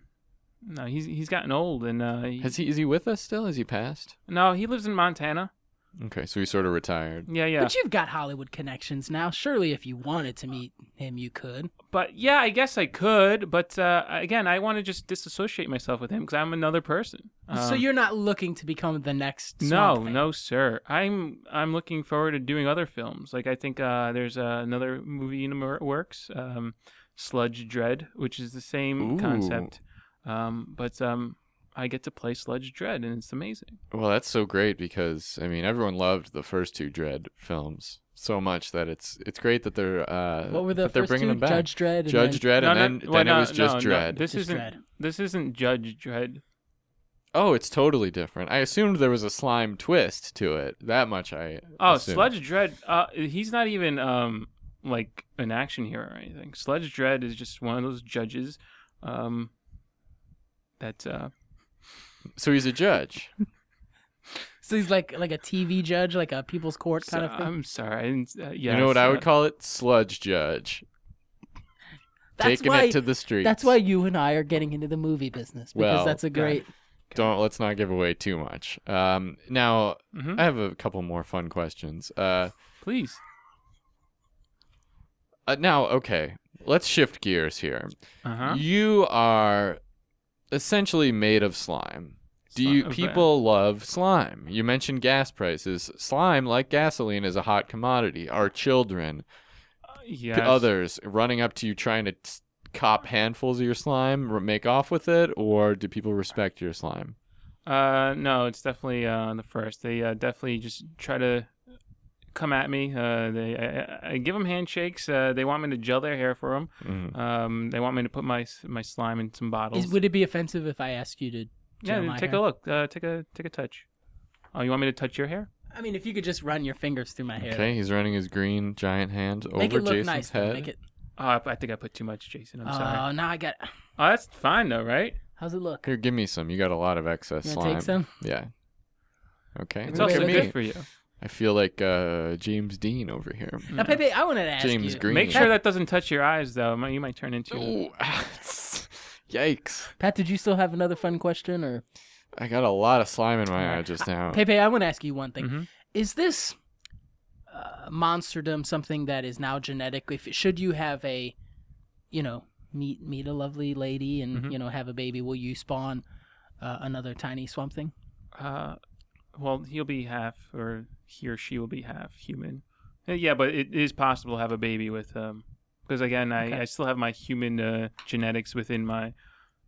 E: no, he's he's gotten old, and uh, he-
B: Has he? Is he with us still? Has he passed?
E: no, he lives in Montana.
B: Okay, so he sort of retired.
E: Yeah, yeah.
A: but you've got Hollywood connections now. Surely, if you wanted to meet him, you could.
E: but yeah, I guess I could. But uh, again, I want to just disassociate myself with him because I'm another person.
A: so
E: Um,
A: you're not looking to become the next.
E: no,
A: Swamp Thing.
E: no, sir. I'm I'm looking forward to doing other films. Like I think uh, there's uh, another movie in the mer- works, um, Sludge Dread, which is the same
B: Ooh.
E: concept, um, but um, I get to play Sludge Dread, and it's amazing.
B: Well, that's so great because I mean, everyone loved the first two Dread films so much that it's it's great that they're uh,
A: What were the
B: that they're
A: first two?
B: bringing them back.
A: Judge Dredd. and
B: Judge
A: then-
B: Dredd,
E: No,
B: and
E: no,
B: then,
E: well,
B: then
E: no,
B: it was just
E: no, no,
B: Dread.
E: this
A: Just
E: isn't
A: Dredd.
E: this isn't Judge Dread.
B: Oh, it's totally different. I assumed there was a slime twist to it. That much I.
E: Oh,
B: assumed.
E: Sludge Dread. Uh, he's not even um like an action hero or anything. Sludge Dread is just one of those judges. Um, that uh,
B: So he's a judge.
A: So he's like like a TV judge, like a people's court
E: so-
A: kind of thing.
E: I'm sorry. I didn't, uh, yeah,
B: you know what I
E: uh,
B: would call it? Sludge judge.
A: that's
B: Taking
A: why,
B: it to the streets.
A: That's why you and I are getting into the movie business because
B: Well,
A: that's a great.
B: Don't let's not give away too much. Um, now
E: Mhm.
B: I have a couple more fun questions. Uh,
E: Please.
B: uh, now okay, let's shift gears here.
E: Uh huh.
B: You are essentially made of slime. Do you people love slime? You mentioned gas prices. Slime, like gasoline, is a hot commodity. Our children,
E: Yes.
B: p- others, running up to you trying to t- cop handfuls of your slime, r- make off with it, or do people respect your slime?
E: Uh, no, it's definitely uh, the first. They uh, definitely just try to come at me. Uh, they I, I- I give them handshakes. Uh, they want me to gel their hair for them.
B: Mhm.
E: Um, they want me to put my s- my slime in some bottles.
A: Is, would it be offensive if I asked you to?
E: yeah,
A: gel my
E: take
A: hair?
E: a look. Uh, take a take a touch. Oh, you want me to touch your hair?
A: I mean, if you could just run your fingers through my hair,
B: Okay, he's running his green giant hand
A: make
B: over
A: it look
B: Jason's
A: nice. though.
B: head.
A: Make it.
E: Oh, I, I think I put too much, Jason. I'm sorry.
A: Oh, now I got.
E: Oh, that's fine though, right?
A: How's it look?
B: Here, give me some. You got a lot of excess
A: You
B: slime.
A: wanna take some?
B: Yeah. Okay.
E: It's
A: Look
E: also
A: at
B: me.
E: good for you.
B: I feel like uh, James Dean over here.
E: Hmm.
A: Now, Pepe, I wanted to ask
B: James
A: you.
B: Green.
E: Make sure that doesn't touch your eyes though. Mi- You might turn into.
B: Ooh, yikes!
A: Pat, did you still have another fun question or?
B: I got a lot of slime in my eye just now.
A: Pepe, I want to ask you one thing.
E: Mhm.
A: Is this uh, monsterdom something that is now genetic? If should you have a, you know, meet meet a lovely lady and you know have a baby, will you spawn uh, another tiny swamp thing?
E: Uh, well, he'll be half, or he or she will be half human. Uh, Yeah, but it is possible to have a baby with um, because again, I, I still have my human uh, genetics within my,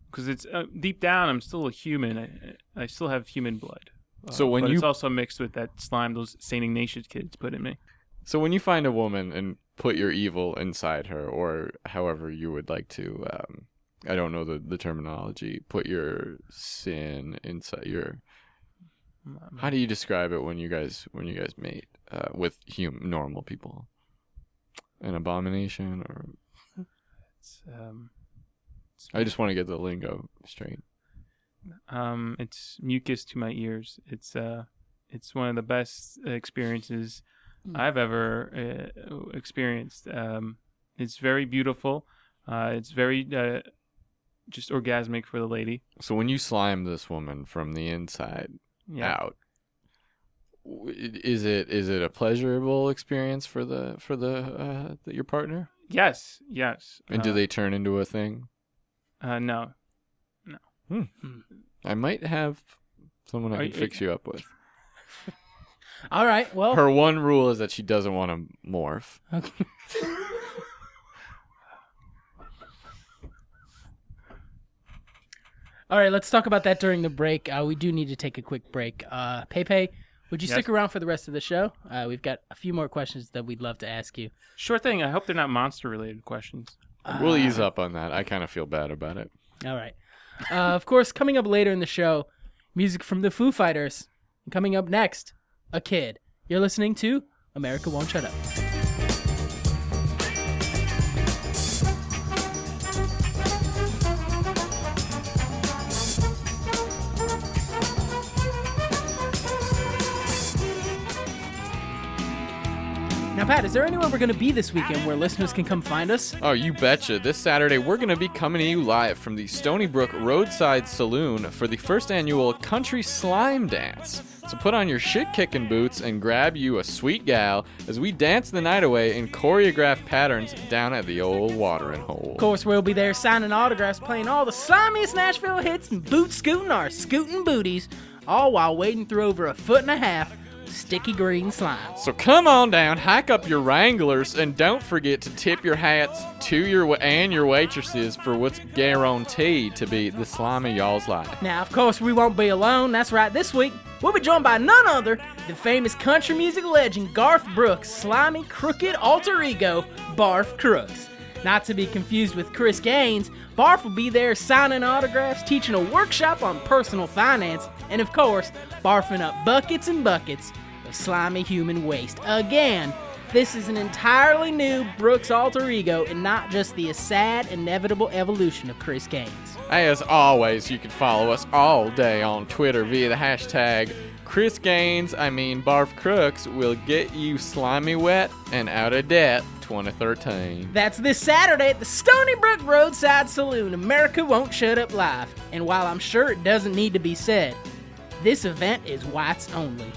E: because it's uh, deep down, I'm still a human. I, I still have human blood. Uh,
B: So when
E: but it's
B: you-
E: also mixed with that slime those Saint Ignatius kids put in me.
B: So when you find a woman and put your evil inside her, or however you would like to, um, I don't know the, the terminology. Put your sin inside your. How do you describe it when you guys when you guys mate uh, with hum- normal people? An abomination, or
E: It's, um, it's,
B: I just want to get the lingo straight.
E: um, it's mucus to my ears. It's uh, it's one of the best experiences I've ever uh, experienced. Um, it's very beautiful. Uh, it's very uh, just orgasmic for the lady.
B: So when you slime this woman from the inside,
E: Yeah.
B: out. W- Is it is it a pleasurable experience for the for the uh, the- your partner?
E: Yes. Yes.
B: And
E: Uh,
B: do they turn into a thing?
E: Uh, no.
B: I might have someone
E: Are
B: I can
E: you-
B: fix you up with.
A: All right.
E: oh.
A: Well,
B: Her one rule is that she doesn't want to morph.
A: okay. All right, let's talk about that during the break. Uh, we do need to take a quick break. Uh, Pepe, would you
E: Yes.
A: stick around for the rest of the show? Uh, we've got a few more questions that we'd love to ask you.
E: Sure thing. I hope they're not monster related questions. Ah.
B: we'll ease up on that. I kind of feel bad about it.
A: All right. Uh, of course, coming up later in the show, music from the Foo Fighters. And coming up next, a kid. You're listening to America Won't Shut Up. Now, Pat, is there anywhere we're going to be this weekend where listeners can come find us?
B: Oh, you betcha. This Saturday, we're going to be coming to you live from the Stony Brook Roadside Saloon for the first annual Country Slime Dance. So put on your shit kicking boots and grab you a sweet gal as we dance the night away in choreographed patterns down at the old watering hole.
A: Of course, we'll be there signing autographs, playing all the slimiest Nashville hits, and boot scooting our scooting booties, all while wading through over a foot and a half of sticky green slime.
B: So come on down, hike up your Wranglers, and don't forget to tip your hats to your wa- and your waitresses for what's guaranteed to be the slime of y'all's life.
A: Now, of course, we won't be alone. That's right, this week we'll be joined by none other than famous country music legend Garth Brooks' slimy, crooked alter ego, Barf Crooks. Not to be confused with Chris Gaines, Barf will be there signing autographs, teaching a workshop on personal finance, and of course, barfing up buckets and buckets of slimy human waste. Again, this is an entirely new Brooks alter ego and not just the sad, inevitable evolution of Chris Gaines.
B: As always, you can follow us all day on Twitter via the hashtag Chris Gaines, I mean Barf Crooks, will get you slimy wet and out of debt 2013.
A: That's this Saturday at the Stony Brook Roadside Saloon. America won't shut up live. And while I'm sure it doesn't need to be said, this event is whites only.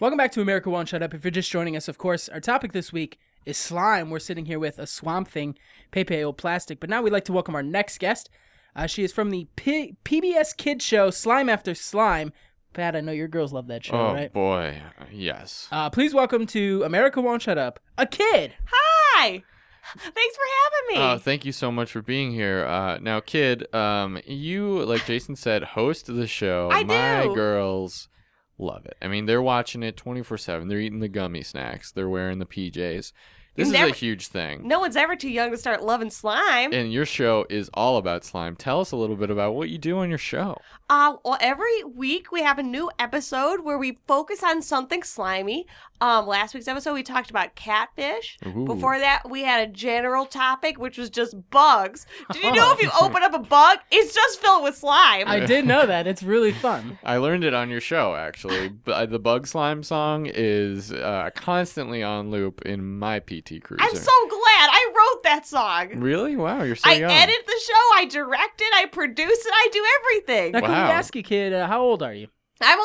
A: Welcome back to America Won't Shut Up. If you're just joining us, of course, our topic this week is slime. We're sitting here with a swamp thing, Pepe O Plastic. But now we'd like to welcome our next guest. Uh, she is from the P- PBS kid show Slime After Slime. Pat, I know your girls love that show,
B: Oh
A: right?
B: boy, yes.
A: Uh, please welcome to America Won't Shut Up, a kid.
F: Hi. Thanks for having me.
B: Oh, thank you so much for being here. Uh, now, kid, um, you, like Jason said, host the show.
F: I
B: My
F: do.
B: girls love it. I mean, they're watching it 24 7. They're eating the gummy snacks, they're wearing the PJs. This
F: Never-
B: is a huge thing.
F: no one's ever too young to start loving slime.
B: And your show is all about slime. Tell us a little bit about what you do on your show.
F: Uh, well, every week we have a new episode where we focus on something slimy. Um, last week's episode we talked about catfish.
B: Ooh.
F: Before that, we had a general topic which was just bugs. Did you know if you open up a bug, it's just filled with slime?
A: I did know that. It's really fun.
B: I learned it on your show, actually. B- the Bug Slime song is uh, constantly on loop in my PT Cruiser.
F: I'm so glad I wrote that song.
B: Really? Wow, you're so
F: I
B: young.
F: edit the show, I direct it, I produce it, I do everything.
A: Now, can we
B: Wow.
A: ask you, kid, uh, how old are you?
F: I'm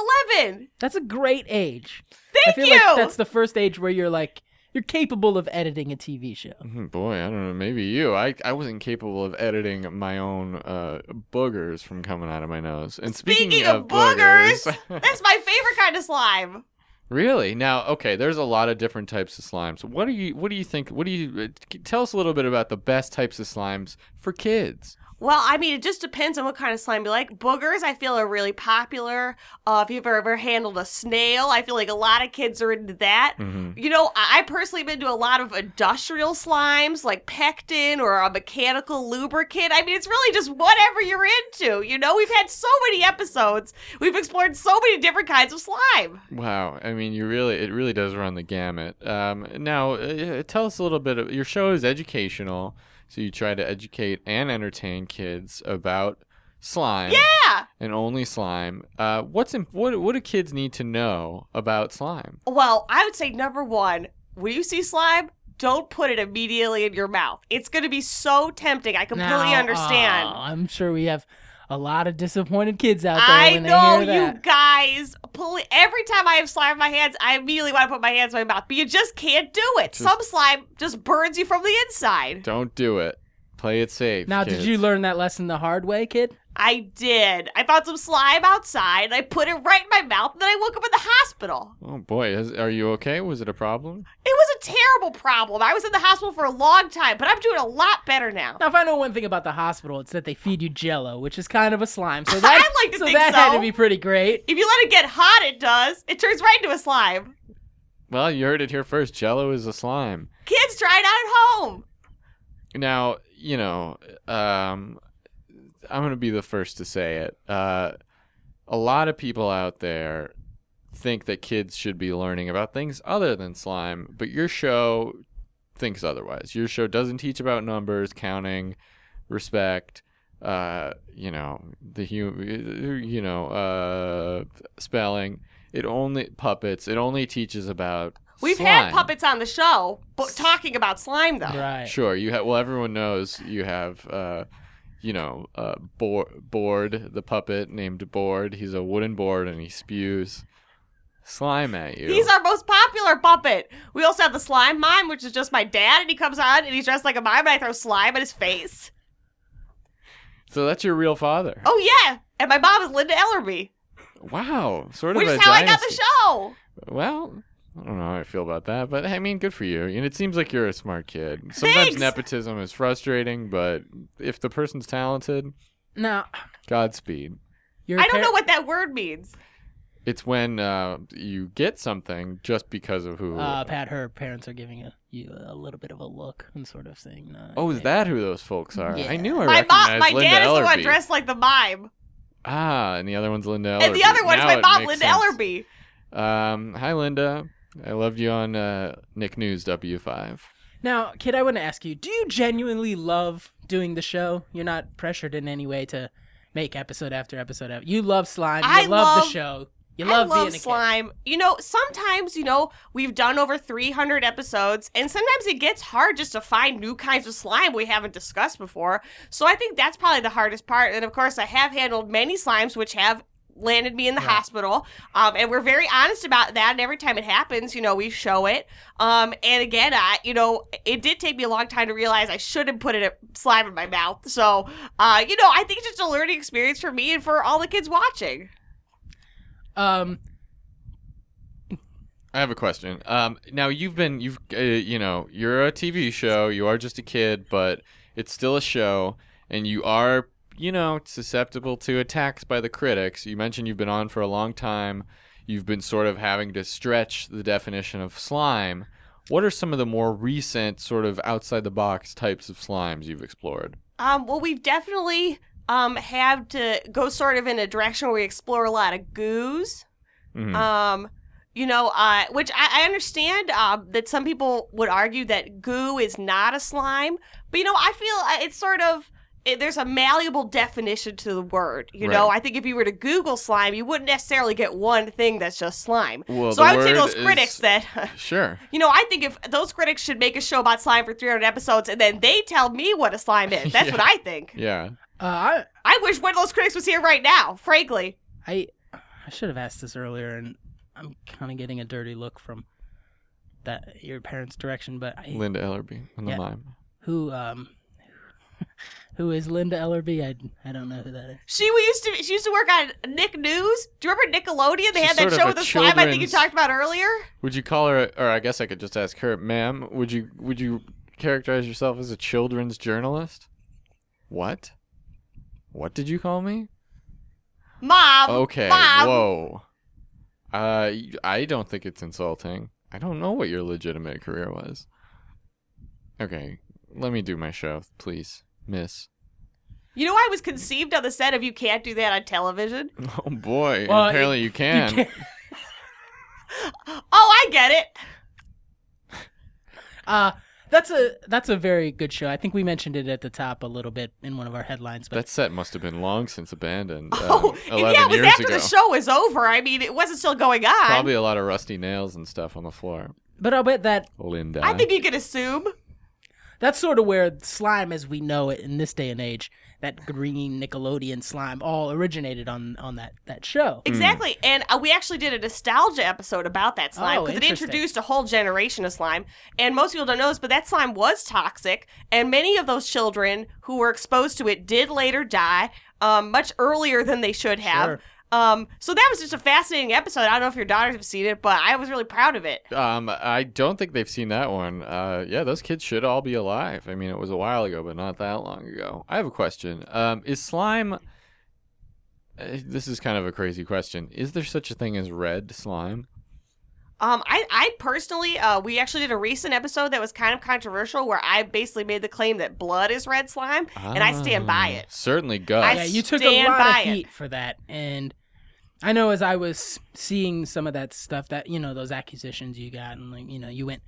F: 11.
A: That's a great age. I
F: Thank
A: feel
F: you.
A: like that's the first age where you're like, you're capable of editing a TV show.
B: Mhm, Boy, I don't know. Maybe you. I, I wasn't capable of editing my own uh, boogers from coming out of my nose. And speaking,
F: Speaking of boogers, that's my favorite kind of slime.
B: really? Now, okay. There's a lot of different types of slimes. What do you What do you think? What do you uh, c- tell us a little bit about the best types of slimes for kids?
F: Well, I mean, it just depends on what kind of slime you like. Boogers, I feel, are really popular. Uh, if you've ever handled a snail, I feel like a lot of kids are into that.
B: Mm-hmm.
F: You know, I I personally been to a lot of industrial slimes like pectin or a mechanical lubricant. I mean, it's really just whatever you're into. You know, we've had so many episodes, we've explored so many different kinds of slime.
B: Wow, I mean, you really it really does run the gamut. Um, now, uh, tell us a little bit of your show is educational, so you try to educate and entertain kids about slime
F: Yeah.
B: and only slime. Uh, what's imp- what what do kids need to know about slime?
F: Well, I would say number one, when you see slime, don't put it immediately in your mouth. It's going to be so tempting. I completely
A: Now,
F: understand.
A: oh, I'm sure we have a lot of disappointed kids out there
F: I
A: when they
F: know
A: hear that.
F: you guys. Pull every time I have slime in my hands, I immediately want to put my hands in my mouth, but you just can't do it. Some slime just burns you from the inside.
B: Don't do it. Play it safe.
A: now,
B: kids.
A: did you learn that lesson the hard way, kid?
F: I did. I found some slime outside, and I put it right in my mouth, and then I woke up in the hospital.
B: Oh boy, is, are you okay? Was it a problem?
F: It was a terrible problem. I was in the hospital for a long time, but I'm doing a lot better now.
A: Now, if I know one thing about the hospital, it's that they feed you Jello, which is kind of a slime. So that
F: I'd like to
A: so
F: think
A: that had to
F: so.
A: be pretty great.
F: If you let it get hot, it does. It turns right into a slime.
B: Well, you heard it here first. Jello is a slime.
F: Kids, try it out at home.
B: Now, you know, um, I'm going to be the first to say it. Uh, a lot of people out there think that kids should be learning about things other than slime, but your show thinks otherwise. Your show doesn't teach about numbers, counting, respect, uh, you know, the hu- you know, uh, spelling. It only puppets. It only teaches about
F: We've
B: slime.
F: had puppets on the show, but talking about slime though.
A: Right.
B: Sure. You have. Well, everyone knows you have. Uh, you know, uh, Bo- Board, the puppet named Board. He's a wooden board, and he spews slime at you.
F: He's our most popular puppet. We also have the slime mime, which is just my dad, and he comes on and he's dressed like a mime, and I throw slime at his face.
B: so that's your real father.
F: Oh yeah, and my mom is Linda Ellerby,
B: Wow. Sort
F: which
B: of
F: is
B: a
F: how I got
B: dynasty.
F: the show.
B: Well, I don't know how I feel about that, but I mean, good for you. And it seems like you're a smart kid. Sometimes
F: Thanks!
B: nepotism is frustrating, but if the person's talented,
A: Now,
B: Godspeed.
A: your
F: I don't
A: par-
F: know what that word means.
B: It's when uh, you get something just because of who.
A: Uh, Pat, her parents are giving a, you a little bit of a look and sort of saying, uh,
B: oh, is that who those folks are? I
A: Yeah.
B: knew I
F: my mom,
B: recognized
F: my
B: Linda
F: dad is the one
B: Ellerbe.
F: dressed like the mime,
B: Ah, and the other one's Linda Ellerby.
F: and the other one is
B: Now
F: my
B: it
F: mom,
B: makes
F: Linda
B: sense.
F: Ellerby.
B: Um, hi, Linda. I loved you on uh, Nick News W5.
A: Now, kid, I want to ask you: Do you genuinely love doing the show? You're not pressured in any way to make episode after episode. After. You love slime. You
F: I
A: love,
F: love-
A: the show. You
F: I
A: love,
F: love
A: being a
F: slime. You know, sometimes you know we've done over 300 episodes, and sometimes it gets hard just to find new kinds of slime we haven't discussed before. So I think that's probably the hardest part. And of course, I have handled many slimes which have landed me in the hospital, um, and we're very honest about that. And every time it happens, you know, we show it. Um, and again, I, you know, it did take me a long time to realize I shouldn't put it slime in my mouth. So, uh, you know, I think it's just a learning experience for me and for all the kids watching.
A: kid. Um,
B: I have a question. Um, now you've been you've uh, you know you're a TV show. You are just a kid, but it's still a show, and you are you know susceptible to attacks by the critics. You mentioned you've been on for a long time. You've been sort of having to stretch the definition of slime. What are some of the more recent sort of outside the box types of slimes you've explored?
F: Um, well, we've definitely um have to go sort of in a direction where we explore a lot of goos.
B: Mhm.
F: Um, you know, uh, which I, I understand um, that some people would argue that goo is not a slime, but you know, I feel uh, it's sort of it, there's a malleable definition to the word. You know,
B: Right.
F: I think if you were to Google slime, you wouldn't necessarily get one thing that's just slime.
B: Well,
F: so
B: the
F: I would say to
B: word
F: those critics
B: is-
F: that
B: Sure.
F: You know, I think if those critics should make a show about slime for 300 episodes and then they tell me what a slime is. That's
B: Yeah.
F: what I think.
B: Yeah.
A: uh, I,
F: I wish one of those critics was here right now, frankly.
A: I, I should have asked this earlier, and I'm kind of getting a dirty look from that your parents' direction. But I,
B: Linda Ellerby on the
A: Yeah.
B: mime.
A: who, um, who is Linda Ellerby? I, I don't know who that is.
F: She we used to she used to work on Nick News. Do you remember Nickelodeon?
B: She's
F: They had
B: sort
F: that
B: of
F: show
B: a
F: with the slime I think you
B: children's-
F: talked about earlier.
B: Would you call her, or I guess I could just ask her, ma'am? Would you would you characterize yourself as a children's journalist? What? What did you call me?
F: Mom.
B: Okay.
F: Mom.
B: Whoa. Uh, y- I don't think it's insulting. I don't know what your legitimate career was. Okay, let me do my show, please, Miss.
F: You know I was conceived on the set of You Can't Do That on Television.
B: Oh boy!
A: Well,
B: apparently you can.
A: You can't-
F: Oh, I get it.
A: Uh, that's a that's a very good show. I think we mentioned it at the top a little bit in one of our headlines, but
B: That set must have been long since abandoned. um,
F: Oh, and
B: eleven
F: yeah, it was
B: years
F: after
B: ago.
F: the show was over. I mean, it wasn't still going on.
B: Probably a lot of rusty nails and stuff on the floor.
A: but I'll bet that
B: Linda.
F: I think you can assume.
A: That's sort of where slime, as we know it in this day and age, that green Nickelodeon slime, all originated on on that that show.
F: Exactly. And uh, we actually did a nostalgia episode about that slime
A: Oh,
F: because it
A: interesting.
F: introduced a whole generation of slime. And most people don't know this, but that slime was toxic. And many of those children who were exposed to it did later die um, much earlier than they should have.
A: Sure.
F: Um, so that was just a fascinating episode. I don't know if your daughters have seen it, but I was really proud of it.
B: Um, I don't think they've seen that one. Uh, yeah, those kids should all be alive. I mean, it was a while ago, but not that long ago. I have a question. Um, is slime? uh, This is kind of a crazy question. Is there such a thing as red slime?
F: Um, I, I personally, uh, we actually did a recent episode that was kind of controversial where I basically made the claim that blood is red slime, and I stand by
B: Ah,
F: it.
B: Certainly, Gus.
F: I
A: yeah, you took a
F: stand
A: lot
F: by
A: of
F: it.
A: heat for that, and I know as I was seeing some of that stuff, that you know those accusations you got, and like you know you went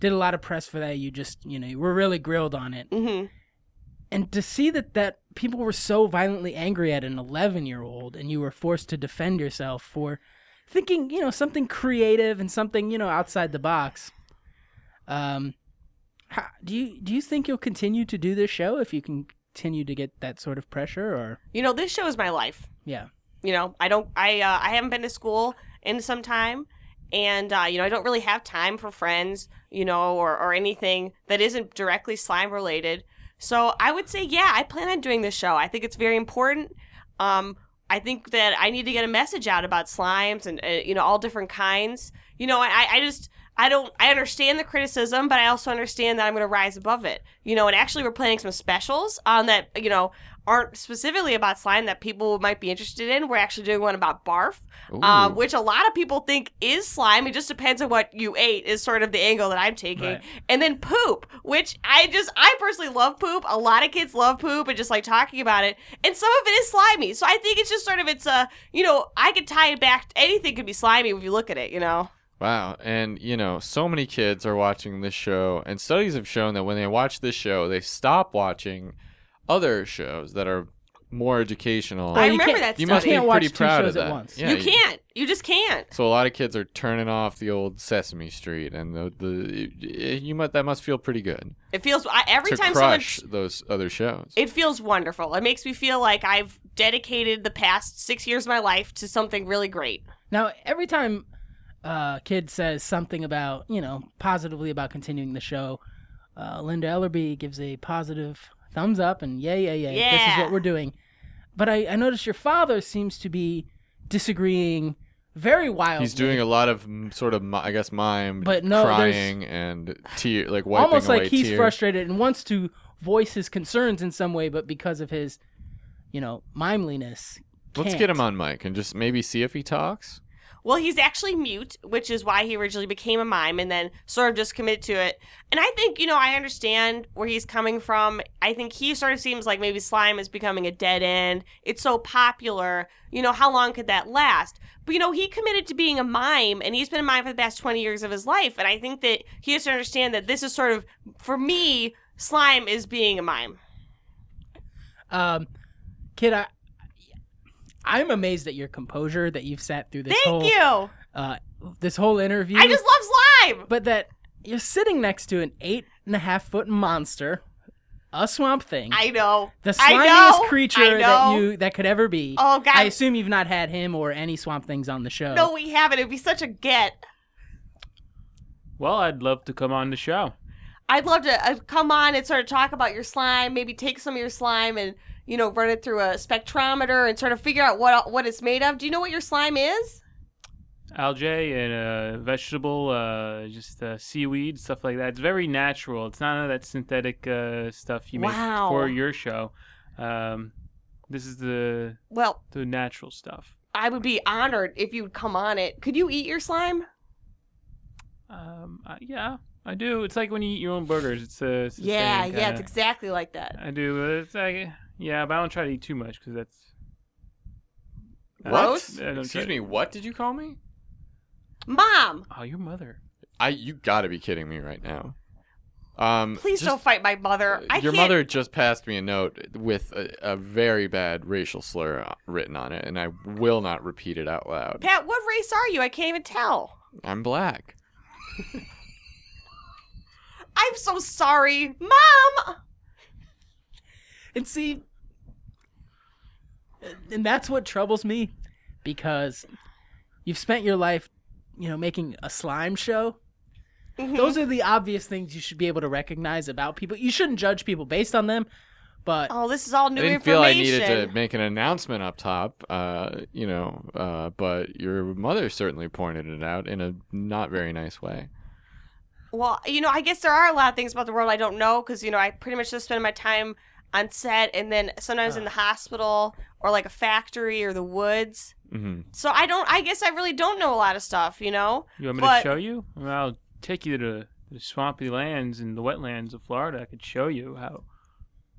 A: did a lot of press for that. You just you know you were really grilled on it,
F: hmm
A: and to see that that people were so violently angry at an 11 year old and you were forced to defend yourself for thinking you know something creative and something you know outside the box um how, do you do you think you'll continue to do this show if you can continue to get that sort of pressure or
F: You know, this show is my life.
A: yeah
F: you know i don't i uh, i haven't been to school in some time and uh, you know i don't really have time for friends you know or, or anything that isn't directly slime related so i would say yeah i plan on doing this show i think it's very important um, i think that i need to get a message out about slimes and uh, you know all different kinds you know, I, I just I don't I understand the criticism, but I also understand that I'm going to rise above it. You know, and actually we're planning some specials on that. You know, aren't specifically about slime that people might be interested in. We're actually doing one about barf, um,
B: Ooh.
F: which a lot of people think is slime. It just depends on what you ate is sort of the angle that I'm taking.
E: Right.
F: And then poop, which I just I personally love poop. A lot of kids love poop and just like talking about it. And some of it is slimy. So I think it's just sort of it's a you know I could tie it back. Anything could be slimy if you look at it. You know.
B: Wow. And, you know, so many kids are watching this show, and studies have shown that when they watch this show, they stop watching other shows that are more educational.
A: Well,
F: I
A: you
F: remember
A: can't-
F: that
B: you
F: study.
B: must be
A: Can't watch
B: pretty
A: two
B: proud of
A: shows at
B: that.
A: once.
B: Yeah,
F: you can't. You just can't.
B: So a lot of kids are turning off the old Sesame Street, and the the you must that must feel pretty good
F: It feels I, every
B: to
F: time someone
B: crush those other shows.
F: It feels wonderful. It makes me feel like I've dedicated the past six years of my life to something really great.
A: Now, every time uh, kid says something about, you know, positively about continuing the show, uh, Linda Ellerby gives a positive thumbs up and yay, yay, yay. This is
F: Yeah.
A: what we're doing. But I, I noticed your father seems to be disagreeing very wildly.
B: He's doing a lot of mm, sort of mi- I guess mime,
A: But no, there's-
B: crying and tear like wiping
A: almost
B: away
A: like he's
B: tears.
A: frustrated and wants to voice his concerns in some way, but because of his, you know, mimeliness.
B: Let's
A: can't.
B: get him on mic and just maybe see if he talks.
F: Well, he's actually mute, which is why he originally became a mime and then sort of just committed to it. And I think, you know, I understand where he's coming from. I think he sort of seems like maybe slime is becoming a dead end. It's so popular. You know, how long could that last? But, you know, he committed to being a mime and he's been a mime for the past 20 years of his life. And I think that he has to understand that this is sort of, for me, slime is being a mime.
A: Um, kid, I, I'm amazed at your composure that you've sat through this
F: Thank
A: whole
F: you.
A: uh, this whole interview.
F: I just love slime.
A: but that you're sitting next to an eight and a half foot monster, a swamp thing,
F: I know.
A: the
F: I
A: slimiest
F: know,
A: creature
F: I
A: that
F: know.
A: you that could ever be.
F: Oh, God.
A: I assume you've not had him or any swamp things on the show.
F: No, we haven't. It'd be such a get.
E: Well, I'd love to come on the show.
F: I'd love to uh, come on and sort of talk about your slime, maybe take some of your slime and you know run it through a spectrometer and sort of figure out what what it's made of. Do you know what your slime is?
E: Algae and uh, vegetable, uh, just uh, seaweed, stuff like that. It's very natural. It's none of that synthetic uh, stuff you make
F: Wow.
E: for your show. Um, this is the
F: Well,
E: the natural stuff.
F: I would be honored if you'd come on it. Could you eat your slime?
E: Um, I, yeah, I do. It's like when you eat your own burgers. It's, uh, it's the
F: yeah,
E: same
F: yeah,
E: kinda-
F: it's exactly like that.
E: I do. uh, It's like, yeah, but I don't try to eat too much because that's. I don't-
F: Gross?
E: I don't
B: Excuse
E: try-
B: me. What did you call me?
F: Mom,
E: Oh, your mother.
B: I you got to be kidding me right now. Um,
F: please
B: just- uh,
F: don't fight my mother. I
B: Your
F: can't.
B: mother just passed me a note with a, a very bad racial slur uh, written on it, and I will not repeat it out loud.
F: Pat, what race are you? I can't even tell.
B: I'm black.
F: I'm so sorry, Mom.
A: And see, and that's what troubles me because you've spent your life, you know, making a slime show.
F: Mm-hmm.
A: Those are the obvious things you should be able to recognize about people. You shouldn't judge people based on them, but
F: Oh, this is all new
B: I didn't feel I
F: information.
B: needed to make an announcement up top, uh, you know, uh, but your mother certainly pointed it out in a not very nice way.
F: Well, you know, I guess there are a lot of things about the world I don't know because you know I pretty much just spend my time on set and then sometimes in the hospital or like a factory or the woods.
B: hmm
F: So I don't. I guess I really don't know a lot of stuff. You know.
E: You want me
F: But-
E: to show you? Well, I'll take you to the swampy lands and the wetlands of Florida. I could show you how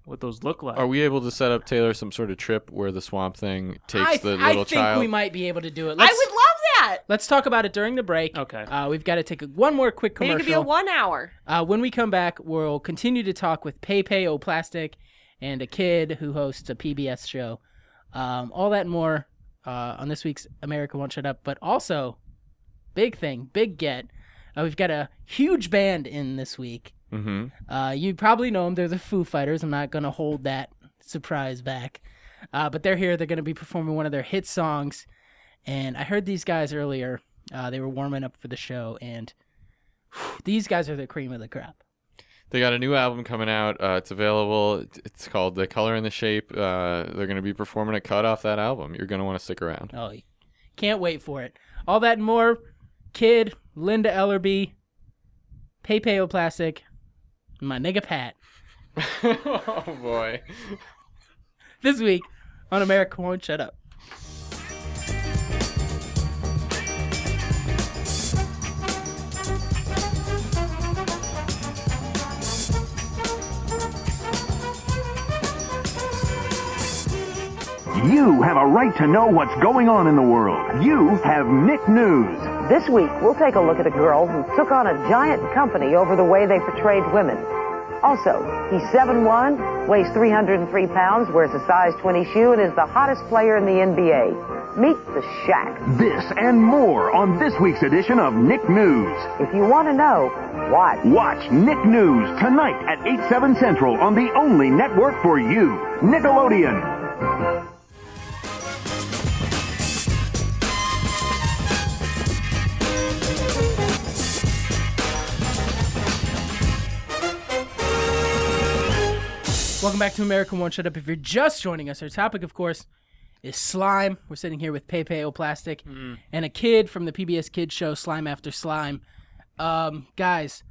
E: what those look like.
B: Are we able to set up Taylor some sort of trip where the swamp thing takes
A: I,
B: the
A: I
B: little
A: think
B: child?
A: we might be able to do it.
F: I
A: Let's,
F: would love that.
A: let's talk about it during the break.
E: Okay.
A: Uh, we've got to take a, one more quick
F: Maybe it
A: commercial.
F: could be a one hour.
A: Uh, when we come back, we'll continue to talk with Pepe O'Plastic and a kid who hosts a PBS show. Um, all that and more uh, on this week's America Won't Shut Up. But also, big thing, big get. Uh, we've got a huge band in this week.
B: hmm
A: Uh, you probably know them. They're the Foo Fighters. I'm not going to hold that surprise back. Uh, but they're here. They're going to be performing one of their hit songs. And I heard these guys earlier. Uh, they were warming up for the show. And whew, these guys are the cream of the crop.
B: They got a new album coming out. Uh, it's available. It- It's called The Color and the Shape. Uh, they're going to be performing a cut off that album. You're going to want to stick around.
A: Oh, can't wait for it. All that and more. Kid, Linda Ellerby, Pepe Oplastic, my nigga Pat.
B: oh boy.
A: This week on America Won't Shut Up.
G: You have a right to know what's going on in the world. You have Nick News.
H: This week, we'll take a look at a girl who took on a giant company over the way they portrayed women. Also, he's 7'1, weighs 303 pounds, wears a size 20 shoe, and is the hottest player in the NBA. Meet the Shack.
G: This and more on this week's edition of Nick News.
H: If you want to know, watch.
G: Watch Nick News tonight at 8, 7 central on the only network for you, Nickelodeon.
A: Welcome back to America Won't Shut Up. If you're just joining us, our topic, of course, is slime. We're sitting here with Pepe Oplastic and a kid from the PBS Kids show Slime After Slime. Um, guys,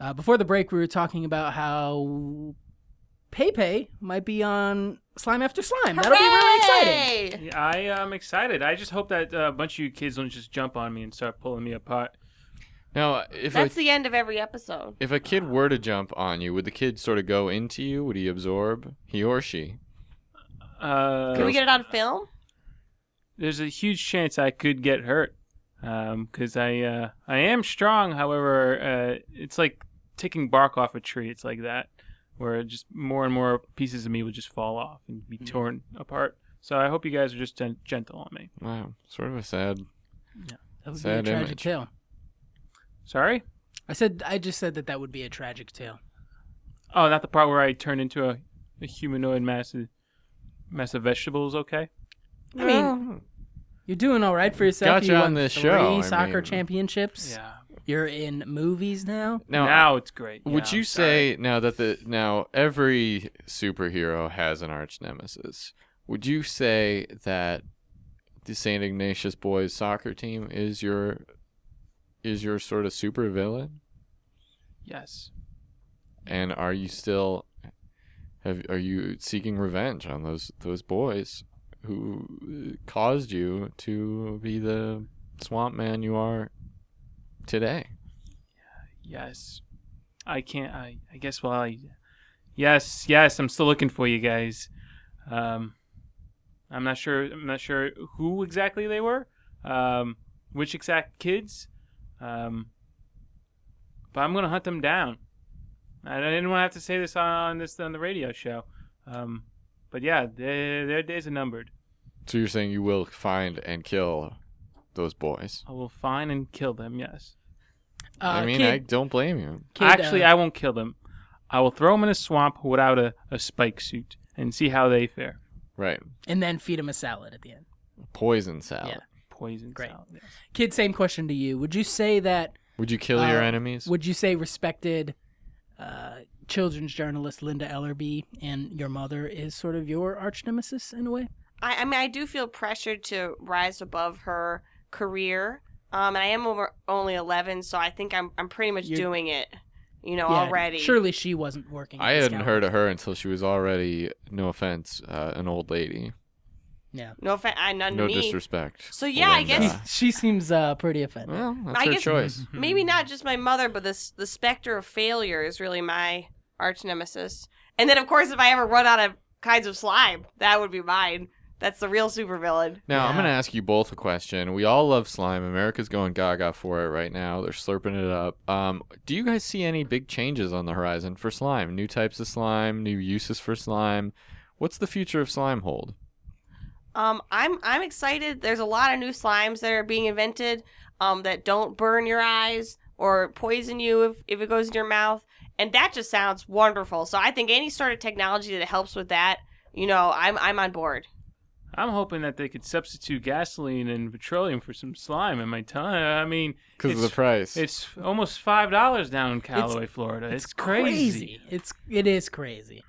A: uh, before the break, we were talking about how Pepe might be on Slime After Slime. That'll be really exciting.
F: exciting.
E: Yeah, I am excited. I just hope that uh, a bunch of you kids don't just jump on me and start pulling me apart.
B: Now, if a,
F: That's the end of every episode.
B: if a kid were to jump on you, would the kid sort of go into you? Would he absorb? He or she?
E: Uh,
F: Can we get it on film?
E: there's a huge chance I could get hurt because I uh, I am strong. However, uh, it's like taking bark off a tree. It's like that, where just more and more pieces of me would just fall off and
F: Hmm.
E: be torn apart. So I hope you guys are just gen- gentle on me.
B: Wow, sort of a sad.
A: That would
B: Sad
A: be a tragic
B: image.
A: tale.
E: Sorry.
A: I said I just said that that would be a tragic tale.
E: Oh, not the part where I turn into a, a humanoid mass of, mass of vegetables. Okay.
A: I mean, you're doing all right for yourself.
B: Got
A: you
B: you
A: won
B: on this
A: three
B: show, I
A: soccer
B: mean.
A: championships.
E: Yeah.
A: You're in movies now.
B: Now,
E: now it's great.
B: would you say now that the now every superhero has an arch nemesis? Would you say that the Saint Ignatius boys soccer team is your is your sort of super villain?
E: yes?
B: And are you still have are you seeking revenge on those those boys who uh, caused you to be the swamp man you are today?
E: Yes. I can't. I, I guess. Well, I. Yes, yes. I'm still looking for you guys. Um, I'm not sure. I'm not sure who exactly they were. Um, which exact kids. Um, but I'm gonna hunt them down. I I didn't want to have to say this on this on the radio show. Um, but yeah, their their days are numbered.
B: So you're saying you will find and kill those boys?
E: I will find and kill them. Yes.
A: Uh,
B: I mean, I don't blame you.
E: Actually, I won't kill them. I will throw them in a swamp without a, a spike suit and see how they fare.
B: Right.
A: and then feed him a salad at the end.
B: Poison salad.
A: Yeah.
E: Poison
A: Great.
E: salad. yes.
A: Kid, same question to you. Would you say that?
B: Would you kill
A: uh,
B: your enemies?
A: Would you say respected uh, children's journalist Linda Ellerby and your mother is sort of your arch nemesis in a way?
F: I, I mean, I do feel pressured to rise above her career. Um, and I am over only 11, so I think I'm, I'm pretty much
A: You're-
F: doing it, you know,
A: Yeah,
F: already.
A: Surely she wasn't working.
B: I
A: at the
B: hadn't
A: Scout
B: heard of
A: Leader.
B: her until she was already, no offense, uh, an old lady.
A: Yeah,
F: No offense, I, none
B: no
F: to me.
B: disrespect.
F: So, yeah, I guess-
B: Linda.
A: she seems uh, pretty offended.
B: Well, that's
F: I
B: her
F: guess-
B: choice.
F: Maybe not just my mother, but this the specter of failure is really my arch nemesis. And then, of course, if I ever run out of kinds of slime, that would be mine. That's the real supervillain.
B: Now,
A: Yeah.
B: I'm going to ask you both a question. We all love slime. America's going gaga for it right now. They're slurping it up. Um, do you guys see any big changes on the horizon for slime? New types of slime, new uses for slime? What's the future of slime hold?
F: Um, I'm I'm excited. There's a lot of new slimes that are being invented um, that don't burn your eyes or poison you if, if it goes in your mouth. And that just sounds wonderful. So I think any sort of technology that helps with that, you know, I'm I'm on board.
E: I'm hoping that they could substitute gasoline and petroleum for some slime in my tongue. I mean,
B: Because of the
E: it's-
B: price.
E: It's almost five dollars down in Callaway, Florida. It's, crazy.
A: It's it is crazy.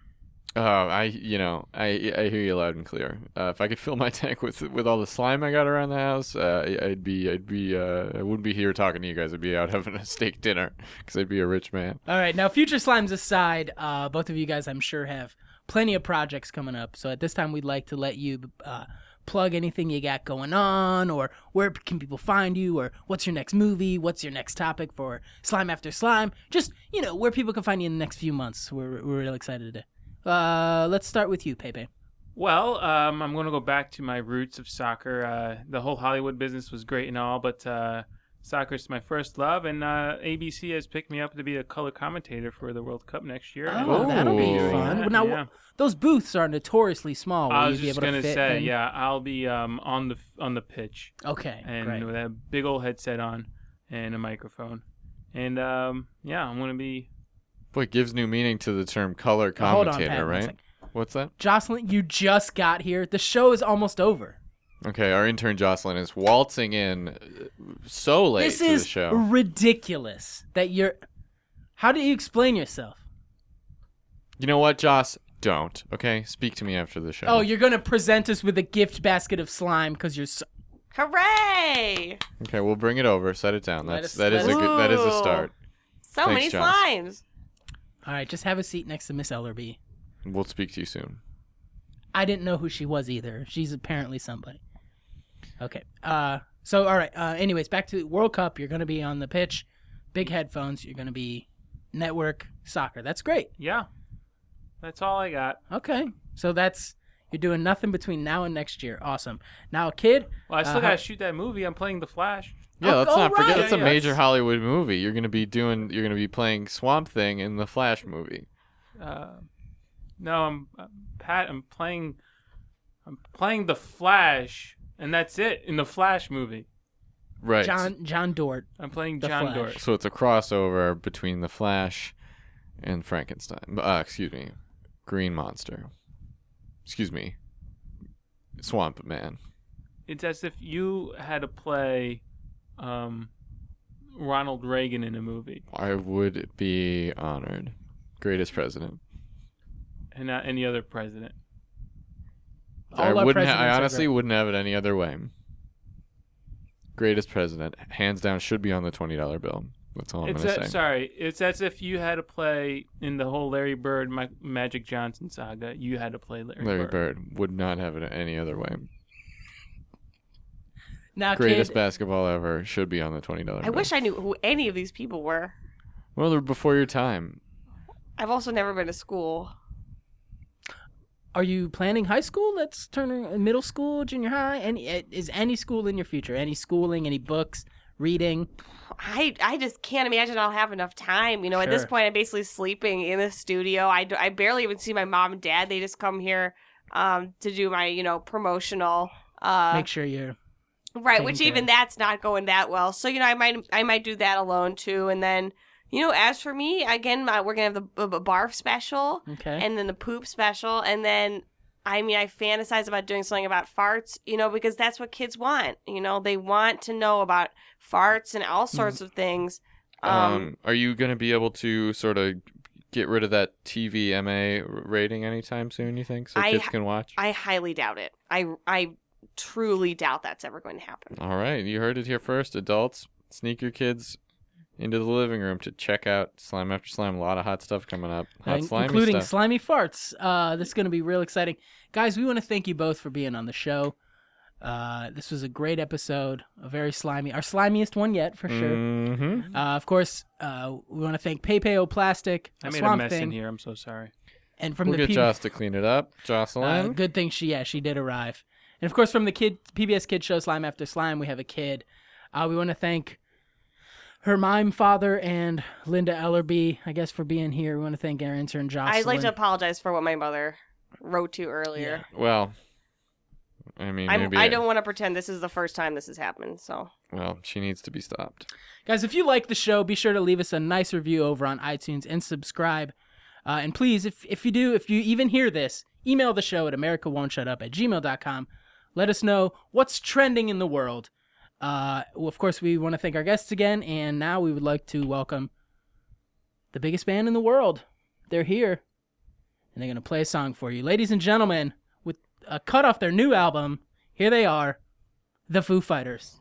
B: Oh, I you know I I hear you loud and clear. Uh, if I could fill my tank with with all the slime I got around the house, uh, I- I'd be I'd be uh, I wouldn't be here talking to you guys. I'd be out having a steak dinner because I'd be a rich man.
A: All right, now future slimes aside, uh, both of you guys, I'm sure, have plenty of projects coming up. So at this time, we'd like to let you uh, plug anything you got going on, or where can people find you, or what's your next movie, what's your next topic for Slime After Slime. Just you know where people can find you in the next few months. We're we're real excited to. Uh, let's start with you, Pepe.
E: Well, um, I'm going to go back to my roots of soccer. Uh, the whole Hollywood business was great and all, but uh, soccer's my first love, and uh, ABC has picked me up to be a color commentator for the World Cup next year. and
A: Oh, that'll be
E: Ooh.
A: fun. Well, now
E: Yeah.
A: those booths are notoriously small. Will
E: I
A: you
E: was
A: be
E: just
A: able to
E: gonna
A: fit
E: say,
A: in?
E: yeah, I'll be um, on the on the pitch
A: Okay.
E: and
A: great.
E: with a big old headset on and a microphone, and um, yeah, I'm gonna be.
B: Boy, it gives new meaning to the term color
A: Now, hold on,
B: commentator,
A: Pat, one
B: right?
A: sec.
B: What's that?
A: Jocelyn, you just got here. The show is almost over.
B: Okay, our intern Jocelyn is waltzing in uh, so late
A: This
B: to
A: is
B: the show.
A: ridiculous that you're. How do you explain yourself?
B: you know what, Joss? Don't okay. Speak to me after the show.
A: Oh, you're gonna present us with a gift basket of slime because you're. So...
F: Hooray!
B: okay. We'll bring it over. Set it down. That's
A: us-
B: that is a
A: let
F: us-
B: good, that is a
F: Ooh.
B: start.
F: So
B: Thanks,
F: many
B: Josh.
F: slimes.
A: All right, just have a seat next to Miss Ellerby.
B: We'll speak to you soon.
A: I didn't know who she was either. She's apparently somebody. Okay. Uh. So all right. Uh. Anyways, back to World Cup. You're gonna be on the pitch, big headphones. You're gonna be network soccer. That's great.
E: Yeah, that's all I got.
A: Okay. So that's you're doing nothing between now and next year. Awesome. Now, kid.
E: Well, I still
A: uh,
E: gotta shoot that movie. I'm playing The Flash.
B: Yeah,
A: Oh,
B: let's
A: oh,
B: not
A: right.
B: forget that's a
E: Yeah, yeah,
B: major
E: it's-
B: Hollywood movie. You're gonna be doing you're gonna be playing Swamp Thing in the Flash movie.
E: Uh, no, I'm uh, Pat. I'm playing. I'm playing The Flash, and that's it in the Flash movie.
B: Right.
A: John John Dort.
E: I'm playing
A: The
E: John
A: Flash.
E: Dort.
B: So it's a crossover between the Flash and Frankenstein. Uh, excuse me, Green Monster. Excuse me, Swamp Man.
E: It's as if you had to play um, Ronald Reagan in a movie,
B: I would be honored. Greatest president.
E: and not any other president.
A: All
B: I
A: our
B: wouldn't. Ha- I
A: presidents are
B: honestly
A: great.
B: wouldn't have it any other way. Greatest president, hands down, should be on the twenty dollar bill. That's all I'm
E: it's
B: gonna
E: a-
B: say.
E: sorry. It's as if you had to play in the whole Larry Bird, Ma- Magic Johnson saga. You had to play Larry,
B: Larry Bird would not have it any other way.
A: Now,
B: Greatest
A: kid.
B: basketball ever should be on the twenty dollar.
F: I wish I knew who any of these people were.
B: Well, they're before your time.
F: I've also never been to school.
A: Are you planning high school? That's turning uh, middle school, junior high. Any eh, is any school in your future? Any schooling? Any books? Reading?
F: I, I just can't imagine I'll have enough time. You know, at this
A: Sure.
F: point, I'm basically sleeping in the studio. I, d- I barely even see my mom and dad. They just come here um, to do my, you know, promotional. Uh,
A: Make sure you're
F: right
A: taken
F: which
A: care
F: even
A: of.
F: that's not going that well so you know i might i might do that alone too and then you know as for me again my, we're gonna have the b- b- barf special
A: okay.
F: and then the poop special and then i mean i fantasize about doing something about farts you know because that's what kids want you know they want to know about farts and all sorts of things
B: Um,
F: um,
B: are you going to be able to sort of get rid of that TVMA r- rating anytime soon? You think so
F: I
B: kids
F: ha-
B: can watch?
F: i highly doubt it i i truly doubt that's ever going to happen
B: All right, you heard it here first. Adults, sneak your kids into the living room to check out slime after slime. A lot of hot stuff coming up. Hot
A: In-
B: slimy
A: including
B: stuff.
A: slimy farts. Uh, this is going to be real exciting, guys. We want to thank you both for being on the show. Uh, this was a great episode, a very slimy, our slimiest one yet for sure.
B: hmm
A: Uh, of course, uh, we want to thank Pepe O'Plastic,
E: I made a
A: Swamp
E: mess
A: Thing,
E: in here. I'm so sorry.
A: and from
B: We'll
A: the
B: get
A: PB
B: Joss to clean it up.
A: Uh,
B: Jocelyn.
A: good thing she yeah she did arrive. And of course, from the kid PBS Kid Show Slime After Slime, we have a kid. Uh, we want to thank her mime father and Linda Ellerby, I guess, for being here. We want to thank our intern Jocelyn.
F: i'd like to apologize for what my mother wrote to earlier
B: well, I mean,
F: I'm,
B: maybe
F: i don't want to pretend this is the first time this has happened so
B: Well, she needs to be stopped.
A: Guys, if you like the show, be sure to leave us a nice review over on iTunes and subscribe. Uh, and please, if, if you do, if you even hear this, email the show at americawon'tshutup at gmail.com. Let us know what's trending in the world. Uh, well, of course, we want to thank our guests again. And now we would like to welcome the biggest band in the world. They're here. and they're gonna play a song for you, ladies and gentlemen. With a cut off their new album, here they are, the Foo Fighters.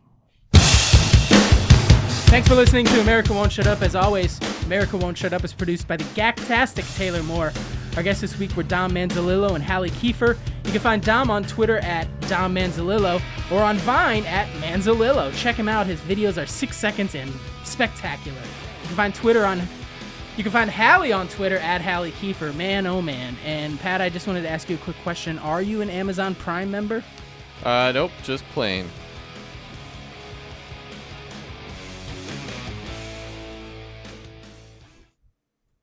A: Thanks for listening to America Won't Shut Up. As always, America Won't Shut Up is produced by the Gactastic Taylor Moore. Our guests this week were Dom Manzalillo and Hallie Kiefer. You can find Dom on Twitter at Dom Manzalillo or on Vine at Manzalillo. Check him out. His videos are six seconds and spectacular. You can find Twitter on you can find Hallie on Twitter at Hallie Kiefer. Man, oh man. And Pat, I just wanted to ask you a quick question. Are you an Amazon Prime member?
B: Uh, nope, just plain.